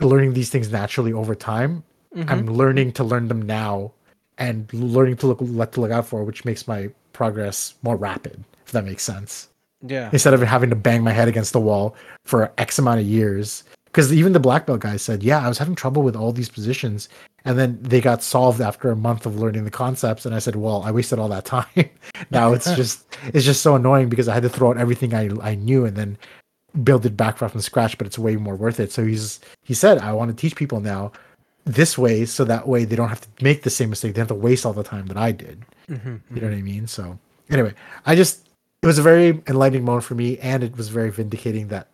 learning these things naturally over time. Mm-hmm. I'm learning to learn them now and learning to look what to look out for, which makes my progress more rapid. If that makes sense, Yeah. instead of having to bang my head against the wall for X amount of years. Because even the black belt guy said, "Yeah, I was having trouble with all these positions, and then they got solved after a month of learning the concepts." And I said, "Well, I wasted all that time. now it's just it's just so annoying because I had to throw out everything I I knew and then build it back from scratch. But it's way more worth it." So he's he said, "I want to teach people now." this way so that way they don't have to make the same mistake they don't have to waste all the time that i did Mhm, you know what i mean so anyway i just it was a very enlightening moment for me and it was very vindicating that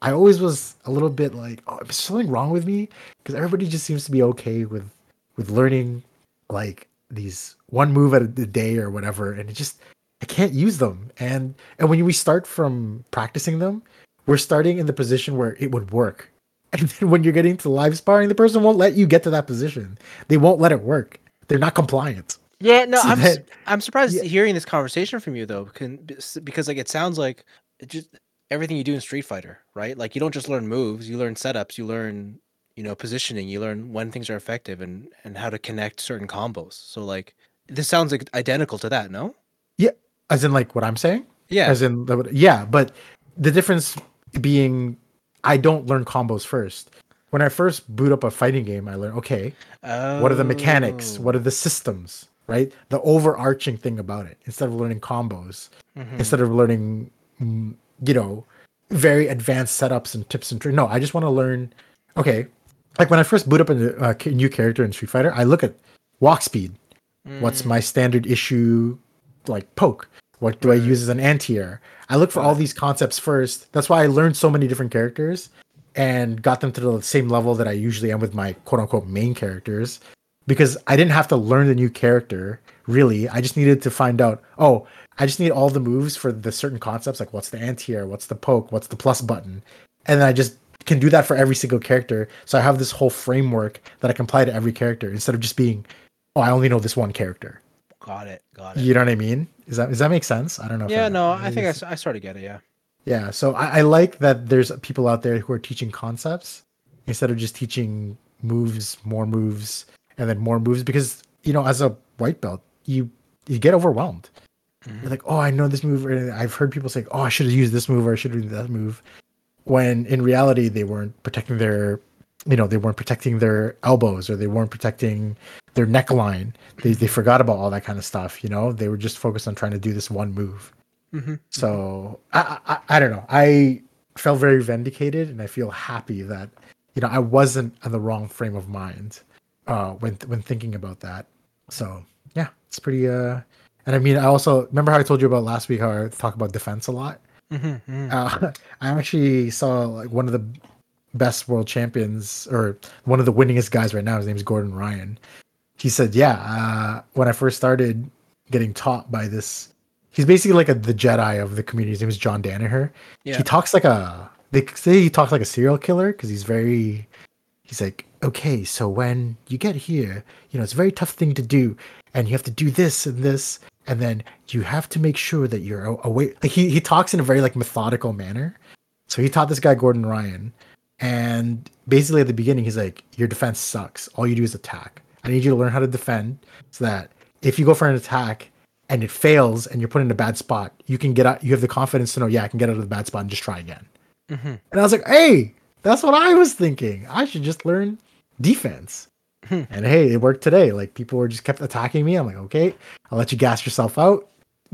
i always was a little bit like oh is something wrong with me because everybody just seems to be okay with with learning like these one move at a a day or whatever and it just i can't use them and and when we start from practicing them we're starting in the position where it would work and then when you're getting to live sparring the person won't let you get to that position they won't let it work they're not compliant Yeah, no, So I'm that- su- I'm surprised yeah. hearing this conversation from you though, because, because like it sounds like it just everything you do in Street Fighter, right? Like you don't just learn moves, you learn setups, you learn you know positioning, you learn when things are effective and and how to connect certain combos. So like this sounds like identical to that, no? as in like what i'm saying Yeah, as in the- yeah but the difference being i don't learn combos first when i first boot up a fighting game i learn okay what are the mechanics Oh, what are the systems right the overarching thing about it instead of learning combos mhm. instead of learning mm, you know very advanced setups and tips and tricks no i just want to learn okay like when i first boot up a uh, ca- new character in street fighter i look at walk speed what's my standard issue like poke what do i use as an anti-air i look for all these concepts first that's why i learned so many different characters and got them to the same level that i usually am with my quote-unquote main characters because I didn't have to learn the new character really. I just needed to find out. Oh, I just need all the moves for the certain concepts, like what's the anti-air, what's the poke, what's the plus button, and then I just can do that for every single character. So I have this whole framework that I can apply to every character instead of just being, oh, I only know this one character. mm-hmm. Got it. Got it. You know what I mean? Is that does that make sense? I don't know. if yeah, that- no, I think I s- I, sort of get it. Yeah. yeah, so I, I like that there's people out there who are teaching concepts instead of just teaching moves, more moves, and then more moves. Because you know, as a white belt, you you get overwhelmed. Mhm. You're like, oh, I know this move. Or I've heard people say, oh, I should have used this move or I should have used that move. When in reality, they weren't protecting their, you know, they weren't protecting their elbows or they weren't protecting their neckline. They they forgot about all that kind of stuff. You know, they were just focused on trying to do this one move. Mm-hmm. So I, I I- I don't know. I felt very vindicated, and I feel happy that you know I wasn't in the wrong frame of mind uh, when when thinking about that. So yeah, it's pretty. uh And I mean, I also remember how I told you about last week how I talk about defense a lot. Mm-hmm. Uh, I actually saw like one of the best world champions or one of the winningest guys right now. His name's Gordon Ryan. He said, "Yeah, uh, when I first started getting taught by this, he's basically like a, the Jedi of the community. His name is John Danaher. Yeah. He talks like a they say he talks like a serial killer because he's very he's like okay so when you get here you know it's a very tough thing to do and you have to do this and this and then you have to make sure that you're a- away like he, he talks in a very like methodical manner so he taught this guy gordon ryan and basically at the beginning he's like your defense sucks all you do is attack i need you to learn how to defend so that if you go for an attack and it fails and you're put in a bad spot you can get out you have the confidence to know yeah i can get out of the bad spot and just try again Mm-hmm. and I was like, hey, that's what I was thinking. I should just learn defense. Hmm. and hey, it worked today. Like people were just kept attacking me. I'm like, okay, I'll let you gas yourself out,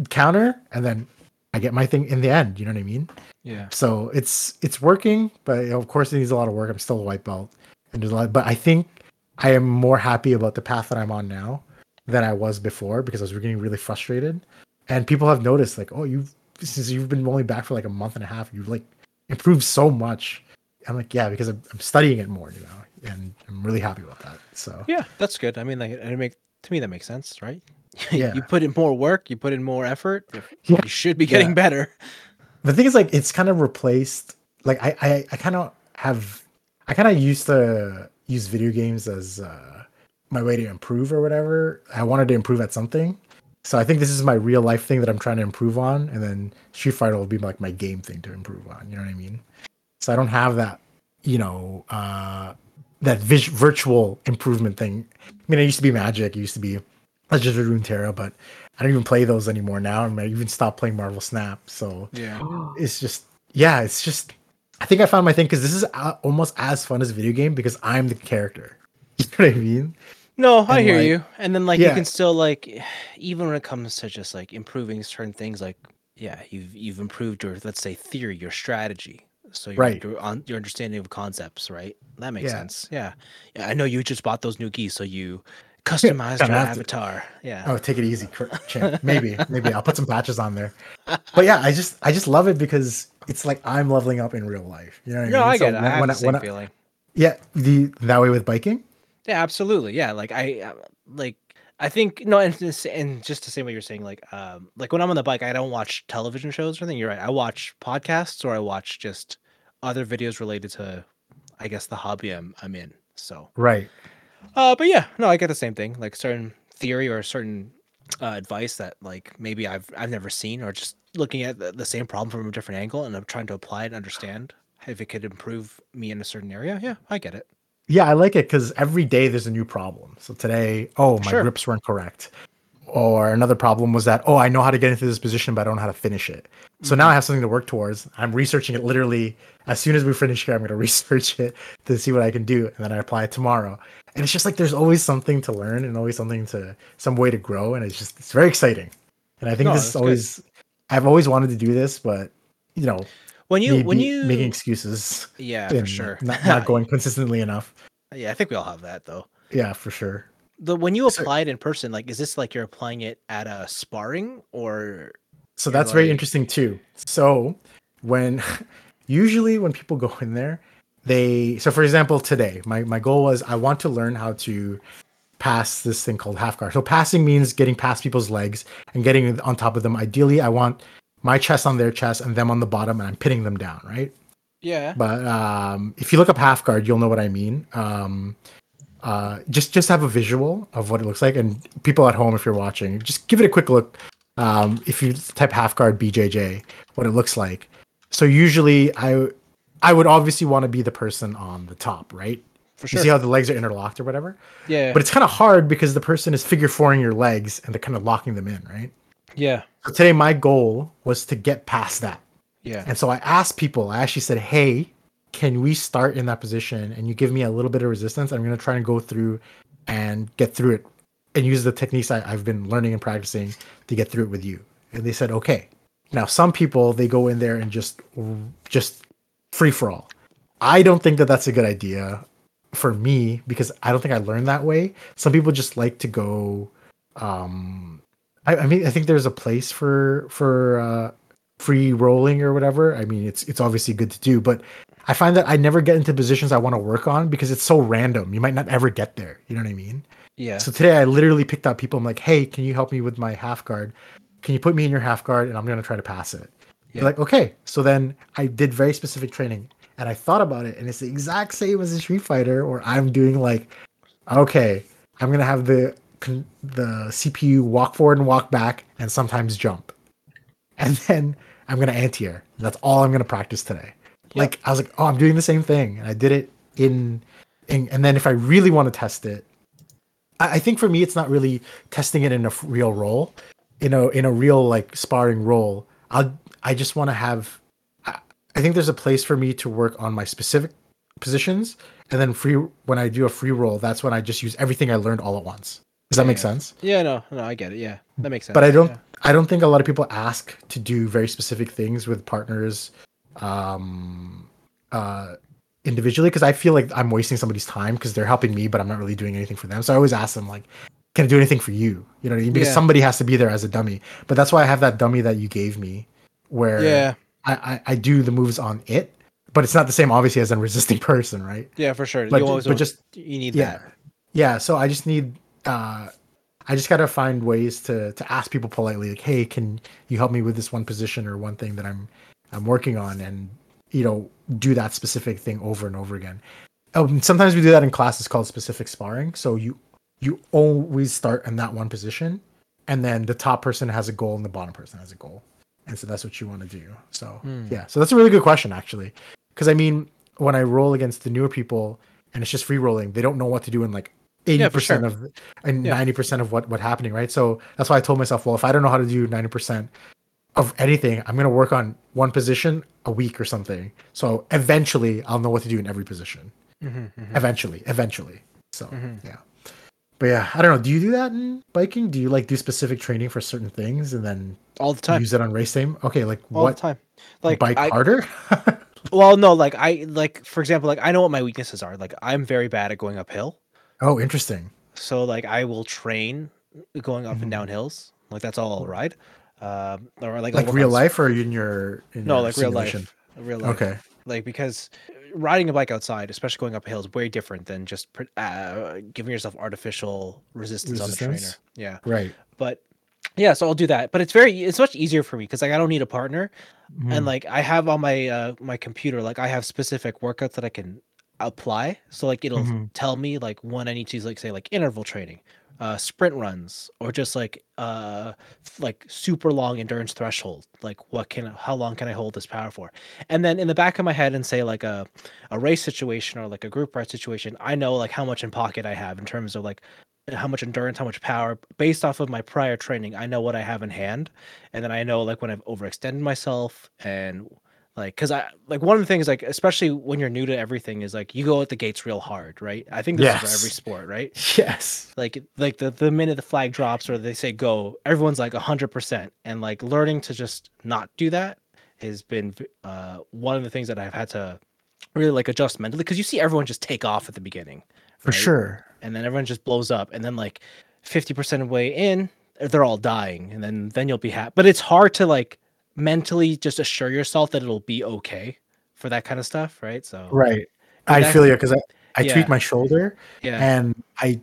counter, and then I get my thing in the end. You know what I mean? Yeah. So it's it's working, but of course it needs a lot of work. I'm still a white belt, and there's a lot. But I think I am more happy about the path that I'm on now than I was before because I was getting really frustrated. And people have noticed, like, oh, you've since you've been only back for like a month and a half, you've like improved so much. I'm like, yeah, because I'm, I'm studying it more now, and I'm really happy about that. So Yeah, that's good. I mean, like, it make to me that makes sense, right? Yeah. you put in more work, you put in more effort. Yeah. You should be getting Yeah. better. the thing is like it's kind of replaced like i i, I kind of have i kind of used to use video games as uh my way to improve or whatever i wanted to improve at something so i think this is my real life thing that i'm trying to improve on and then street fighter will be like my game thing to improve on you know what i mean so i don't have that you know uh that vis- virtual improvement thing i mean it used to be magic it used to be legends of runeterra but i don't even play those anymore now and i even stopped playing marvel snap so Yeah. Oh, it's just yeah it's just i think i found my thing because this is a- almost as fun as a video game because i'm the character you know what i mean No, I And, hear like- you. And then like you Yeah. can still like even when it comes to just like improving certain things like yeah, you've you've improved your let's say theory, your strategy. So your Right. your, on, your understanding of concepts, right? That makes Yeah. sense. Yeah. Yeah, I know you just bought those new keys so you customized kinda your have to. avatar. Yeah. oh take it easy cr- champ maybe maybe i'll put some patches on there but yeah i just i just love it because it's like i'm leveling up in real life you know what no, i mean I So get it. I have when- the when same I- feeling. yeah the that way with biking Yeah, absolutely. Yeah, like I uh, like I think no, and, this- and just the same way you're saying, like um, like when I'm on the bike, I don't watch television shows or anything. You're right. I watch podcasts or I watch just other videos related to, I guess, the hobby I'm I'm in. So, right uh, but yeah, no, I get the same thing. Like certain theory or certain uh, advice that like maybe I've I've never seen or just looking at the, the same problem from a different angle and I'm trying to apply it and understand if it could improve me in a certain area. Yeah, I get it. Yeah, I like it because every day there's a new problem. So today, oh, my Sure. grips weren't correct. Or another problem was that, oh, I know how to get into this position, but I don't know how to finish it. So Mm-hmm. now I have something to work towards. I'm researching it literally as soon as we finish here. I'm going to research it to see what I can do. And then I apply it tomorrow. And it's just like there's always something to learn and always something to, some way to grow. And it's just, it's very exciting. And I think No, this is that's good. always, I've always wanted to do this, but, you know, When you me when be- you making excuses Yeah, and for sure. not, not going consistently enough. yeah, I think we all have that though. Yeah, for sure. The when you So- apply it in person, like is this like you're applying it at a sparring or So You're that's very like- interesting too. So when usually when people go in there, they so for example today, my my goal was I want to learn how to pass this thing called half guard. So passing means getting past people's legs and getting on top of them. Ideally, I want my chest on their chest and them on the bottom, and I'm pinning them down, right? Yeah. But um, if you look up half guard, you'll know what I mean. Um, uh, just just have a visual of what it looks like, and people at home, if you're watching, just give it a quick look. Um, if you type half guard BJJ, what it looks like. So usually, I I would obviously want to be the person on the top, right? For You see sure. how the legs are interlocked or whatever. Yeah. But it's kind of hard because the person is figure fouring your legs and they're kind of locking them in, right? yeah. So today my goal was to get past that. Yeah. And so I asked people, I actually said, hey, can we start in that position? And you give me a little bit of resistance. I'm going to try and go through and get through it and use the techniques I, I've been learning and practicing to get through it with you. And they said, okay. Now, some people, they go in there and just, just free for all. I don't think that that's a good idea for me because I don't think I learned that way. Some people just like to go, um, I, I mean, I think there's a place for, for, uh, free rolling or whatever. I mean, it's it's obviously good to do, but I find that I never get into positions I want to work on because it's so random. You might not ever get there. You know what I mean? Yeah. So today I literally picked up people. I'm like, hey, can you help me with my half guard? Can you put me in your half guard? And I'm gonna try to pass it. They're Yeah. like, okay. So then I did very specific training and I thought about it, and it's the exact same as a Street Fighter, where I'm doing like, okay, I'm gonna have the con- the CPU walk forward and walk back, and sometimes jump, and then I'm gonna anti-air. That's all I'm gonna practice today. Like I was like, oh, I'm doing the same thing, and I did it in, in and then if I really want to test it, I, I think for me it's not really testing it in a f- real role, in a in a real like sparring role. I I just want to have. I, I think there's a place for me to work on my specific positions, and then free when I do a free roll, that's when I just use everything I learned all at once. Does that make Yeah. sense? Yeah. No. No. I get it. Yeah. That makes sense. but I don't Yeah. I don't think a lot of people ask to do very specific things with partners um uh individually because I feel like I'm wasting somebody's time because they're helping me but I'm not really doing anything for them. So I always ask them like can I do anything for you? You know what I mean? Because Yeah. somebody has to be there as a dummy. But that's why I have that dummy that you gave me where Yeah. I, I, I do the moves on it, but it's not the same obviously as a resisting person, right? Yeah. For sure. But, you ju- always but want- just you need yeah that. yeah so i just need uh i just gotta find ways to to ask people politely like hey can you help me with this one position or one thing that i'm i'm working on and you know do that specific thing over and over again um, sometimes we do that in class it's called specific sparring so you you always start in that one position and then the top person has a goal and the bottom person has a goal and so that's what you want to do so Hmm. yeah so that's a really good question actually because i mean when i roll against the newer people and it's just free rolling they don't know what to do in like 80% Yeah, for sure. of and Yeah. 90% of what what happening right so that's why i told myself well if i don't know how to do 90% of anything i'm going to work on one position a week or something so eventually i'll know what to do in every position Mm-hmm, eventually eventually so Mhm. yeah but yeah i don't know do you do that in biking do you like do specific training for certain things and then All the time. use it on race team okay like All what the time. Like bike I, harder well, no, like I like for example, like I know what my weaknesses are. Like I'm very bad at going uphill. oh interesting so like i will train going up and down hills like that's all i'll ride um or like, I'll Mm-hmm. like work on real s- life or in your in no your like real simulation? life real life okay like because riding a bike outside especially going up a hill is way different than just pr- uh, giving yourself artificial resistance, on the trainer Resistance? yeah right but yeah so i'll do that but it's very it's much easier for me because like i don't need a partner Mm-hmm. and like i have on my uh my computer like i have specific workouts that i can apply so like it'll Mhm. tell me like when i need to use, like say like interval training uh sprint runs or just like uh f- like super long endurance threshold like what can how long can i hold this power for and then in the back of my head and say like uh, a a race situation or like a group ride situation i know like how much in pocket i have in terms of like how much endurance how much power based off of my prior training i know what i have in hand and then I know like when I've overextended myself and like because I like one of the things like especially when you're new to everything is like you go at the gates real hard, right? I think this is for every Yes. sport, right? yes Like like the the minute the flag drops or they say go, everyone's like hundred percent, and like learning to just not do that has been v- uh, one of the things that I've had to really like adjust mentally because you see everyone just take off at the beginning for right? sure and then everyone just blows up and then like 50% of the way in they're all dying and then then you'll be happy but it's hard to like mentally just assure yourself that it'll be okay for that kind of stuff right so right But i Oh, that- feel you because i, I yeah. tweak my shoulder yeah and i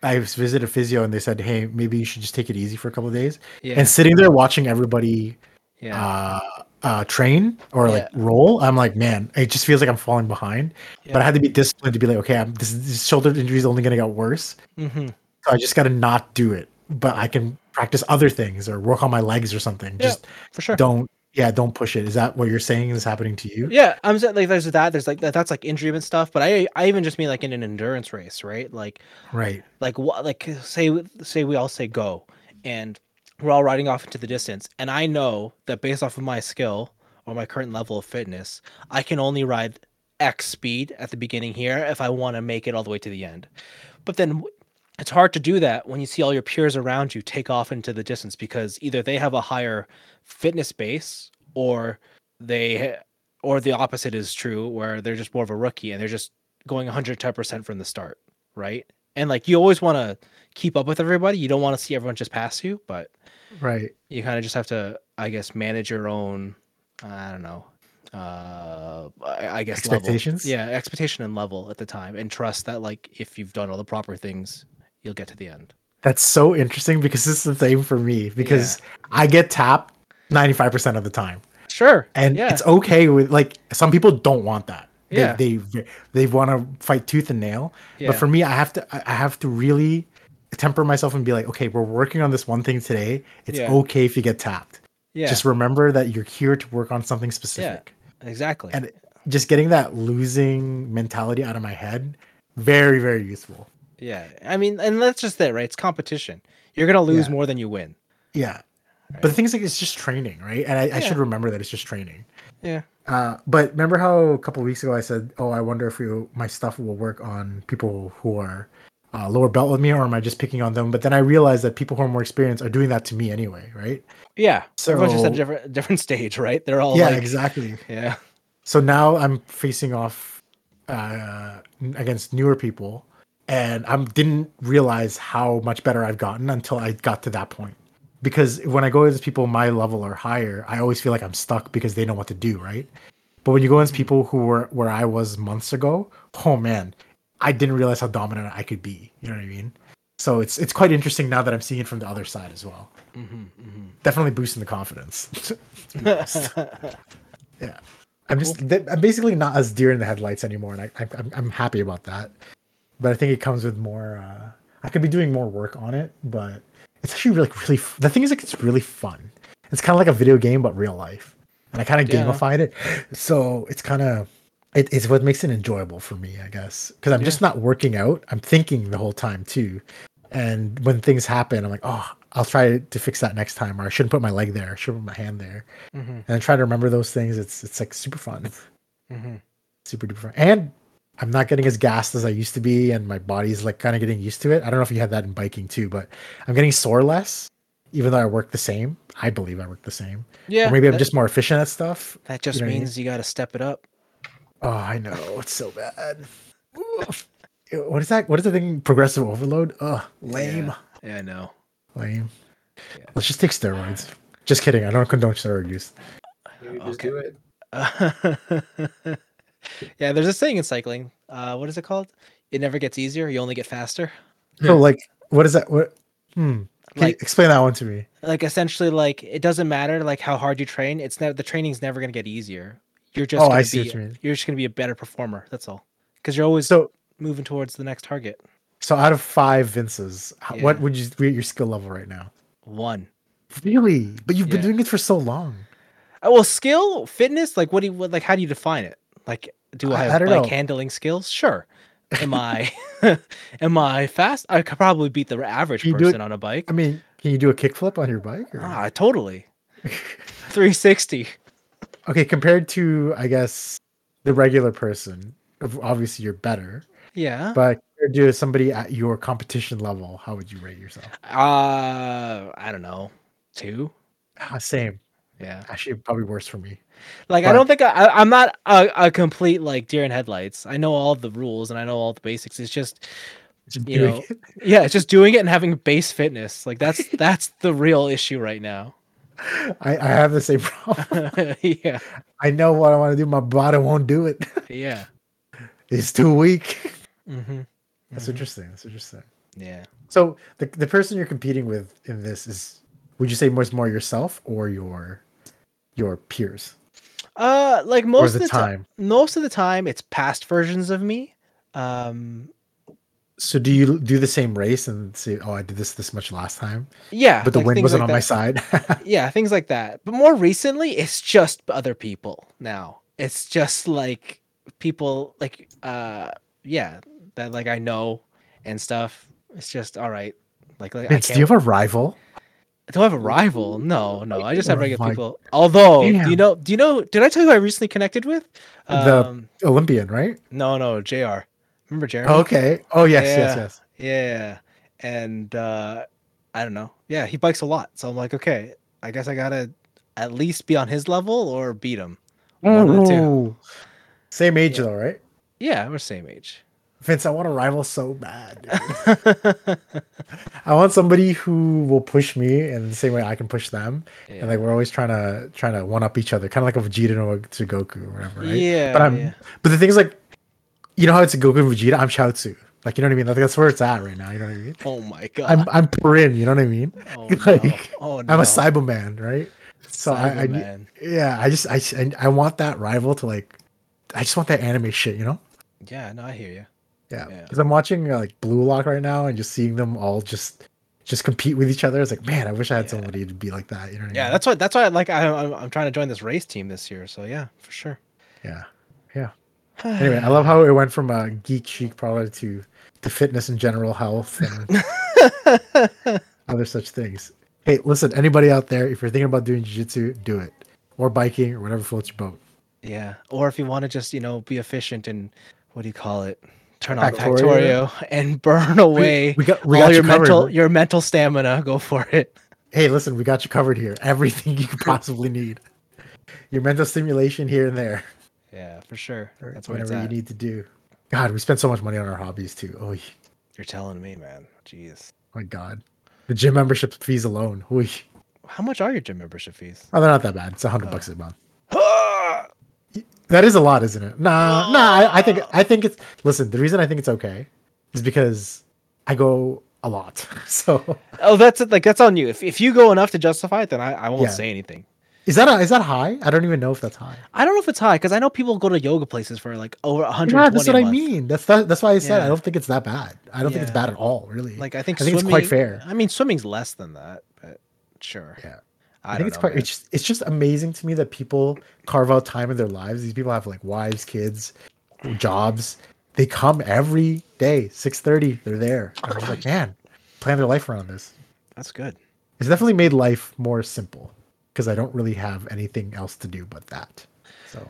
I visited a physio and they said, "Hey, maybe you should just take it easy for a couple of days." Yeah. And sitting there watching everybody yeah. uh, uh, train or like Yeah. roll, I'm like, man, it just feels like I'm falling behind. But Yeah. I had to be disciplined to be like, okay, I'm, this, this shoulder injury is only going to get worse, hmm so I just got to not do it. But I can practice other things or work on my legs or something. Yeah, just For sure. don't, yeah, don't push it. Is that what you're saying is happening to you? Yeah, I'm saying like there's that. There's like that, that's like injury and stuff. But I I even just mean like in an endurance race, right? Like Right. like what like say say we all say go, and we're all riding off into the distance, and I know that based off of my skill or my current level of fitness, I can only ride X speed at the beginning here if I want to make it all the way to the end. But then w- it's hard to do that when you see all your peers around you take off into the distance because either they have a higher fitness base or they ha- or the opposite is true where they're just more of a rookie and they're just going 110% from the start, right? And like you always want to keep up with everybody. You don't want to see everyone just pass you, but Right. you kind of just have to I guess manage your own I don't know. Uh I I guess level. Expectations? Yeah, expectation and level at the time and trust that like if you've done all the proper things, you'll get to the end. That's so interesting because this is the same for me because I get tapped 95% of the time. Sure. and yeah. it's okay with like some people don't want that they, Yeah. they they want to fight tooth and nail Yeah. but for me i have to i I have to really temper myself and be like okay we're working on this one thing today it's Yeah. okay if you get tapped yeah. just remember that you're here to work on something specific exactly. and just getting that losing mentality out of my head very very useful yeah. I mean, and that's just it, right? It's competition. You're going to lose Yeah. more than you win. yeah but the thing is like it's just training right and i, I should remember that it's just training Yeah. Uh, but remember how a couple weeks ago I said, "Oh, I wonder if you, my stuff will work on people who are uh, lower belt with me, or am I just picking on them?" But then I realized that people who are more experienced are doing that to me anyway, right? Yeah. So everyone's just at a So- different different stage, right? They're all yeah, Oh, like exactly. Yeah. So now I'm facing off uh, n- against newer people, and I didn't realize how much better I've gotten until I got to that point. Because when I go against people my level or higher, I always feel like I'm stuck because they know what to do, right? But when you go against people who were where I was months ago, oh man, I didn't realize how dominant I could be. You know what I mean? So it's it's quite interesting now that I'm seeing it from the other side as well. Definitely boosting the confidence. Yeah, I'm just th- I'm basically not as deer in the headlights anymore, and I, I I'm I'm happy about that. But I think it comes with more. Uh, I could be doing more work on it, but it's actually really really. F- the thing is, like, it's really fun. It's kind of like a video game, but real life, and I kind of Yeah. gamified it, so it's kind of. It, it's what makes it enjoyable for me, I guess, because I'm just not working out. I'm thinking the whole time too, and when things happen, I'm like, oh, I'll try to fix that next time, or I shouldn't put my leg there, I should put my hand there hmm and I try to remember those things. It's it's like super fun, hmm super duper fun. And I'm not getting as gassed as I used to be, and my body's like kind of getting used to it. I don't know if you had that in biking too, but I'm getting sore less, even though I work the same. I believe I work the same. Yeah. or maybe I'm that- just more efficient at stuff. that just know what I mean? means you got to step it up. Oh, I know it's so bad. Oof. what is that? What is the thing? Progressive overload. Ugh, lame, Yeah, I know. lame. Yeah. Let's just take steroids. Just kidding. I don't condone steroid use. Maybe just Okay. do it. yeah, there's this thing in cycling. Uh, what is it called? It never gets easier. You only get faster. So like, what is that? What? Hmm. Can you Like explain that one to me? like essentially like it doesn't matter like how hard you train. It's never the training's never gonna get easier. You're just Oh, I gonna see what be, you mean. are just gonna be a better performer. That's all. Because you're always So moving towards the next target. So out of five Vinces, h- what Yeah. would you rate your skill level right now? One. Really? But you've been Yeah. doing it for so long. Oh, well, skill, fitness, like what do you what, like how do you define it? Like do I I- have I bike don't know. handling skills? Sure. Am I am I fast? I could probably beat the average You do person it- on a bike. I mean, can you do a kickflip on your bike? or- Ah, totally. 360. Okay, compared to I guess the regular person, ob- obviously you're better. Yeah. But compared to somebody at your competition level, how would you rate yourself? Uh I don't know. Two. Ah, same. Yeah. Actually, probably worse for me. Like I don't think I, I I'm not a, a complete like deer in headlights. I know all the rules and I know all the basics. It's just Just You doing know, it. yeah, it's just doing it and having base fitness. Like that's that's the real issue right now. I, I have the same problem. yeah. I know what I want to do. My body won't do it. Yeah. It's too weak. Mm-hmm. That's interesting. That's interesting. Yeah. So the the person you're competing with in this is would you say most more yourself or your your peers? Uh, like Or most is of it the time, time? most of the time, it's past versions of me. Um, So do you do the same race and say, "Oh, I did this this much last time, yeah, but the like wind things wasn't like on that. my side." yeah, things like that. But more recently, it's just other people now. It's just like people like uh yeah, that like I know and stuff. It's just all right. Like, like I Vince, can't. do you have a rival? do I have a rival? No, no. I just have Oh regular my people. Although, do you damn. know? Do you know? Did I tell you who I recently connected with? The- Um, Olympian, right? no, no. Jr. Remember Jeremy? Okay. Oh yes, yes, Yeah. yes. Yeah. And uh I don't know. Yeah, he bikes a lot. So I'm like, okay, I guess I gotta at least be on his level or beat him. One of the two. Ooh. Same age Yeah. though, right? Yeah, we're same age. Vince, I want a rival so bad. dude. I want somebody who will push me in the same way I can push them, yeah. and like we're always trying to trying to one up each other, kind of like a Vegeta and a Goku or whatever, right? yeah, but I'm yeah. but the thing is like, you know how it's Goku and Vegeta. I'm Chaozu. Like you know what I mean? Like that's where it's at right now. You know what I mean? Oh my I'm god. I'm Purin. You know what I mean? oh, like, no. Oh, I'm no. a Cyberman, right? So I, I need- Cyberman. yeah, I just I, s- I- I want that rival to like, I just want that anime shit, you know? Yeah, no, I hear you. Yeah, Yeah. because I'm watching uh, like Blue Lock right now and just seeing them all just just compete with each other. It's like, man, I wish I had Yeah. somebody to be like that. You know? What I Yeah, mean? that's why. That's why. Like, I, I'm, I'm trying to join this race team this year. So yeah, for sure. yeah. Anyway, I love how it went from uh, geek chic probably to to fitness and general health and other such things. Hey, listen, anybody out there, if you're thinking about doing jiu-jitsu, do it. Or biking or whatever floats your boat. Yeah, or if you want to just you know be efficient and what do you call it, turn on Factorio. Factorio and burn away we got we all got your you covered. mental your mental stamina. Go for it. hey, listen, we got you covered here. Everything you could possibly need. Your mental stimulation here and there. Yeah, for sure. or That's what it's whatever you at. need to do. God, we spend so much money on our hobbies too. Oh You're telling me, man. Jeez, my god. The gym membership fees alone. Oy. how much are your gym membership fees? Oh, they're not that bad. It's a hundred Oh. bucks a month. Ah! That is a lot, isn't it? Nah, nah. I, I think I think it's. Listen, the reason I think it's okay is because I go a lot. So oh, that's it. Like that's on you. If if you go enough to justify it, then I, I won't Yeah. say anything. is that a, is that high? I don't even know if that's high. I don't know if it's high because I know people go to yoga places for like over a hundred. Yeah, that's what I mean. That's that, that's why I said Yeah. I don't think it's that bad. I don't think it's Yeah. bad at all, really. Like I think I think it's swimming, quite fair. I mean, swimming's less than that, but sure. Yeah. I, I, don't think it's know, quite. man. It's just, it's just amazing to me that people carve out time in their lives. These people have like wives, kids, jobs. They come every day, six thirty. They're there. Oh, I'm just like, man, plan their life around this. That's good. It's definitely made life more simple because I don't really have anything else to do but that. So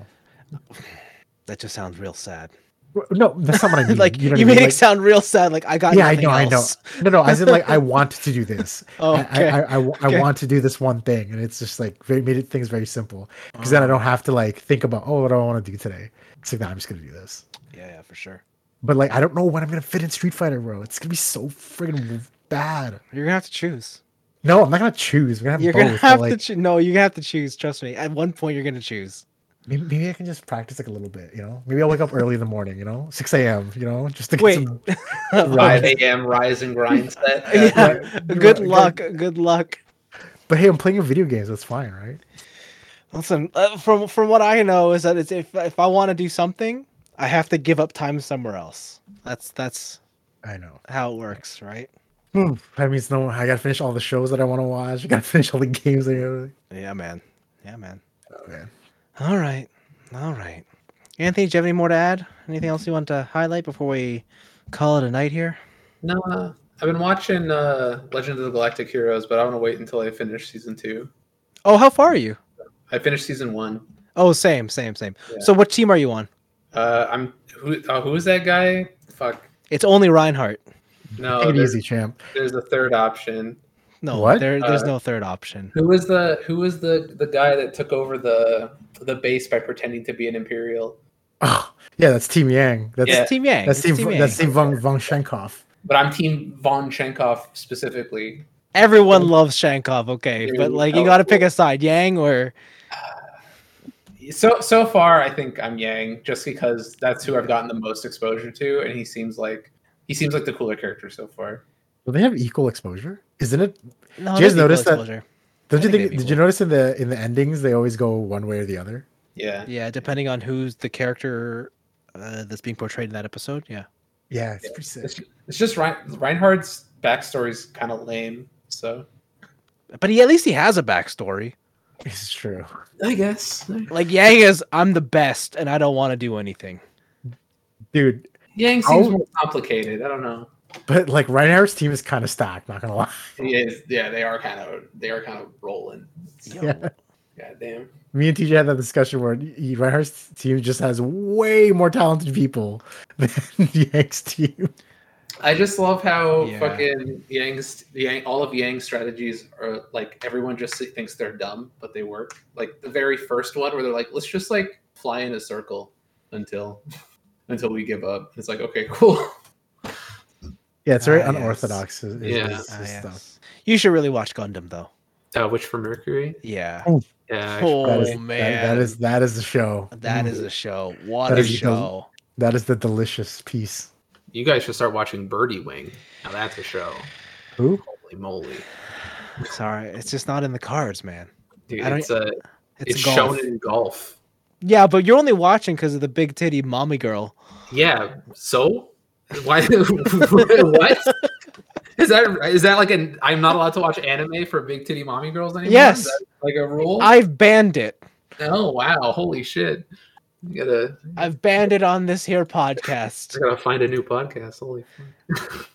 That just sounds real sad. Well, no, that's not what I mean. like know you, what I made mean? it sound real sad. Like I got. Like, yeah, I nothing know, else. I know. No, no, I said like I want to do this. Oh, okay. I, I, I, I, Okay. I want to do this one thing, and it's just like very made it things very simple because Oh. then I don't have to like think about oh what do I want to do today. It's like nah, I'm just gonna do this. yeah, yeah, for sure. But like I don't know when I'm gonna fit in Street Fighter, bro. It's gonna be so friggin' bad. You're gonna have to choose. No, I'm not gonna choose. We're gonna have You're both. gonna but, have to like, choose. No, you have to choose. Trust me. At one point, you're gonna choose. Maybe, maybe I can just practice like a little bit, you know. Maybe I'll wake up early in the morning, you know, six a.m. You know, just to get Wait. some. Five a.m. rise and grind set. yeah. Good Yeah, luck. Good luck. But hey, I'm playing video games. That's fine, right? Listen, uh, from from what I know is that it's if if I want to do something, I have to give up time somewhere else. That's that's I know. how it works, right? Hmm, That means no. I gotta finish all the shows that I want to watch. I gotta finish all the games. I gotta... Yeah, man. Yeah, man. Oh, man. All right. All right. Anthony, do you have any more to add? Anything else you want to highlight before we call it a night here? No, uh, I've been watching uh, Legend of the Galactic Heroes, but I want to wait until I finish season two. Oh, how far are you? I finished season one. Oh, same, same, same. Yeah. So, what team are you on? Uh, I'm who? Uh, who is that guy? Fuck. It's only Reinhardt. No, Oh, Take it there's, easy, champ. there's a third option. No, What? there, there's Uh, no third option. Who was the Who was the the guy that took over the the base by pretending to be an imperial? Oh, yeah, that's Team Yang. That's Yeah. It's Team Yang. that's That's Team, it's Team Yang. that's Team Von Von Schenkhoff. But I'm Team Von Chenkov specifically. Everyone loves Shankov, okay, Dude, but like you oh, got to pick cool. a side, Yang or So so far, I think I'm Yang, just because that's who I've gotten the most exposure to, and he seems like He seems like the cooler character so far. Do they have equal exposure? Isn't it? No, Do you guys that's equal notice that- exposure. Don't you think think? they'd be Did you cool. notice in the in the endings they always go one way or the other? Yeah. Yeah, depending on who's the character uh, that's being portrayed in that episode. Yeah. Yeah, it's pretty sick. It's, it's just Rein- Reinhardt's backstory's kind of lame. So But he at least he has a backstory. It's true. I guess Like Yang is I'm the best and I don't want to do anything. Dude, Yang seems How- more complicated. I don't know. but like Reinhardt's team is kind of stacked, not gonna lie. He is, yeah, they are kind of they are kind of rolling. Yo, Yeah. God damn. Me and TJ had that discussion where y- Reinhardt's team just has way more talented people than Yang's team. I just love how Yeah. fucking Yang's Yang all of Yang's strategies are like everyone just thinks they're dumb, but they work. Like the very first one where they're like, let's just like fly in a circle until until we give up. It's like, okay, cool. Yeah, it's very Ah, yes. unorthodox. is- is- Yeah. is- Ah, is stuff. yes. You should really watch Gundam though. Uh, which for Mercury? Yeah. Oh, Yeah. Oh That is- that- man. that is Mm. that is the show. that is a show. What That a is because- show. that is the delicious piece. You guys should start watching Birdie Wing. Now that's a show. Who? Holy moly. Sorry, it's just not in the cards, man. Dude, I don't- it's, uh, It's, it's golf. shown in golf. Yeah, but you're only watching because of the big titty mommy girl. Yeah. So why? what is that? Is that like an? I'm not allowed to watch anime for big titty mommy girls anymore. Yes. Is that like a rule. I've banned it. oh wow! Holy shit! You gotta, I've banned it on this here podcast. I gotta find a new podcast. Holy. fuck.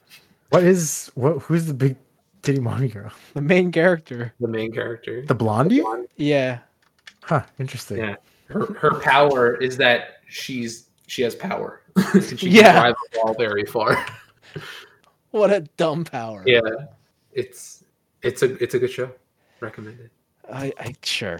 What is what? Who's the big titty mommy girl? The main character. The main character. The blondie? Yeah. Huh. Interesting. Yeah. Her, her power is that she's she has power. And she Yeah. can drive the ball very far. What a dumb power. Yeah. It's it's a it's a good show. Recommend it. I, I sure.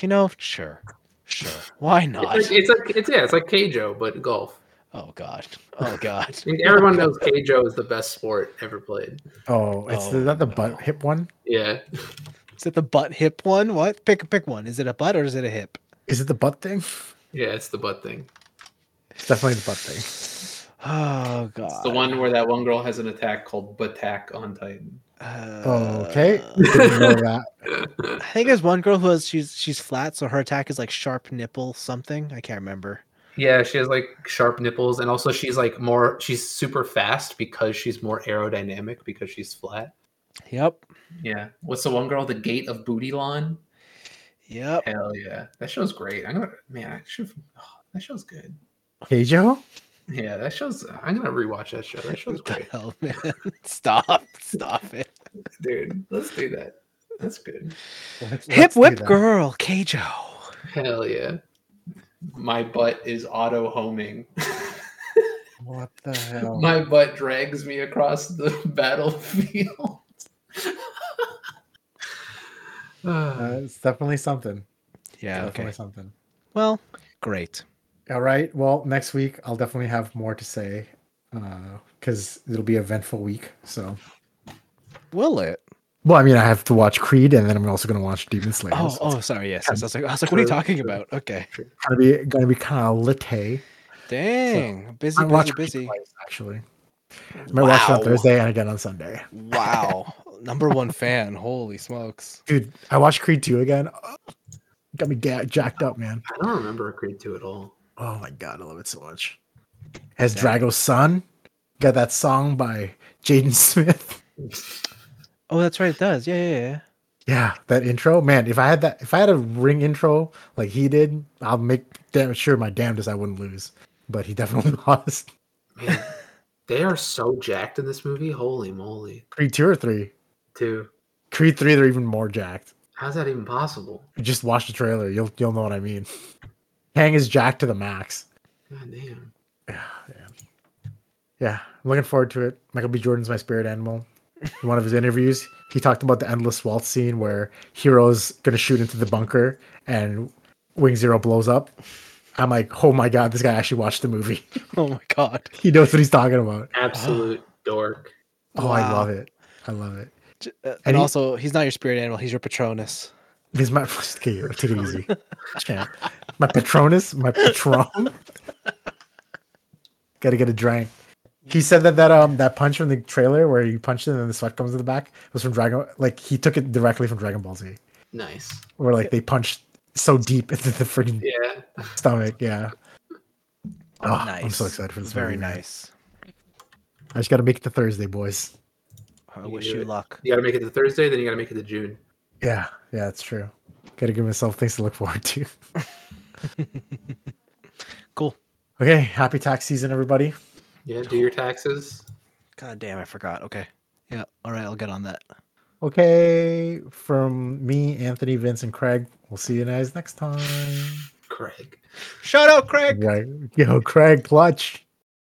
You know, sure. Sure. Why not? It's like, it's like it's yeah, it's like Keijo, but golf. Oh god. Oh god. I mean, everyone knows Keijo is the best sport ever played. Oh, it's Oh, is that the no. butt hip one? Yeah. Is it the butt hip one? What? Pick pick one. Is it a butt or is it a hip? Is it the butt thing? Yeah, it's the butt thing. It's definitely the butt thing. Oh god. It's the one where that one girl has an attack called Batak on Titan. okay. Uh, Didn't know that. I think there's one girl who has she's she's flat, so her attack is like sharp nipple something. I can't remember. Yeah, she has like sharp nipples and also she's like more she's super fast because she's more aerodynamic because she's flat. Yep. Yeah. What's the one girl? The Gate of Booty Lawn? Yep. Hell yeah. That show's great. I'm gonna man, I should oh, that show's good. Keijo? Yeah, that show's I'm gonna rewatch that show. That show's What the great. hell, man? Stop. Stop it. Dude, let's do that. That's good. Let's- Hip let's do whip that. girl, Keijo. Hell yeah. My butt is auto homing. What the hell? My butt drags me across the battlefield. Uh, Uh, it's definitely something. Yeah. Definitely Okay. something. Well, great. All right. Well, next week I'll definitely have more to say because it'll be an eventful week. So, Will it? well, I mean, I have to watch Creed, and then I'm also going to watch Demon Slayer. Oh, so oh, sorry. Yes, yes. I was like, I was like, what are you True, talking true. about? Okay. it's gonna be gonna be kind of lit. Dang. Busy, I busy, watch Creed busy. twice, actually. I might watch it on Wow. Thursday and again on Sunday. Wow. Number one fan. Holy smokes. Dude, I watched Creed 2 again. Oh, got me ga- jacked up, man. I don't remember Creed 2 at all. Oh my god, I love it so much. Has Damn. Drago's son got that song by Jaden Smith? Oh, that's right. It does. Yeah, yeah, yeah. Yeah, that intro, man. If I had that, if I had a ring intro like he did, I'll make damn sure my damnedest I wouldn't lose. But he definitely lost. Man, they are so jacked in this movie. Holy moly. Creed two or three, Two. Creed three, they're even more jacked. How's that even possible? Just watch the trailer, you'll you'll know what I mean. Hang is jacked to the max. God damn. Yeah, man. yeah. I'm looking forward to it. Michael B. Jordan's my spirit animal. In one of his interviews, he talked about the endless waltz scene where Hero's gonna shoot into the bunker and Wing Zero blows up. I'm like, oh my god, this guy actually watched the movie. Oh my god. he knows what he's talking about. Absolute dork. Oh, I Wow. love it. I love it. J- uh, And, And he- also, he's not your spirit animal. He's your Patronus. He's my okay, take it easy. Champ. My Patronus, my Patron. Gotta get a drink. He said that that um that punch from the trailer where you punch it and the sweat comes in the back was from Dragon. Like he took it directly from Dragon Ball Z, Nice. where like they punched so deep into the freaking Yeah. stomach. Yeah. Oh, I'm so Nice. excited for this. Very movie, man. nice. I just got to make it to Thursday, boys. I You wish do you it. luck. You got to make it to Thursday, then you got to make it to June. Yeah, yeah, that's true. Got to give myself things to look forward to. Cool. Okay, happy tax season, everybody. Yeah. Do your taxes. God damn, I forgot. Okay. Yeah. All right, I'll get on that. Okay, from me, Anthony, Vince, and Craig. We'll see you guys next time. Craig. Shout out, Craig. Right. Yo, Craig, clutch.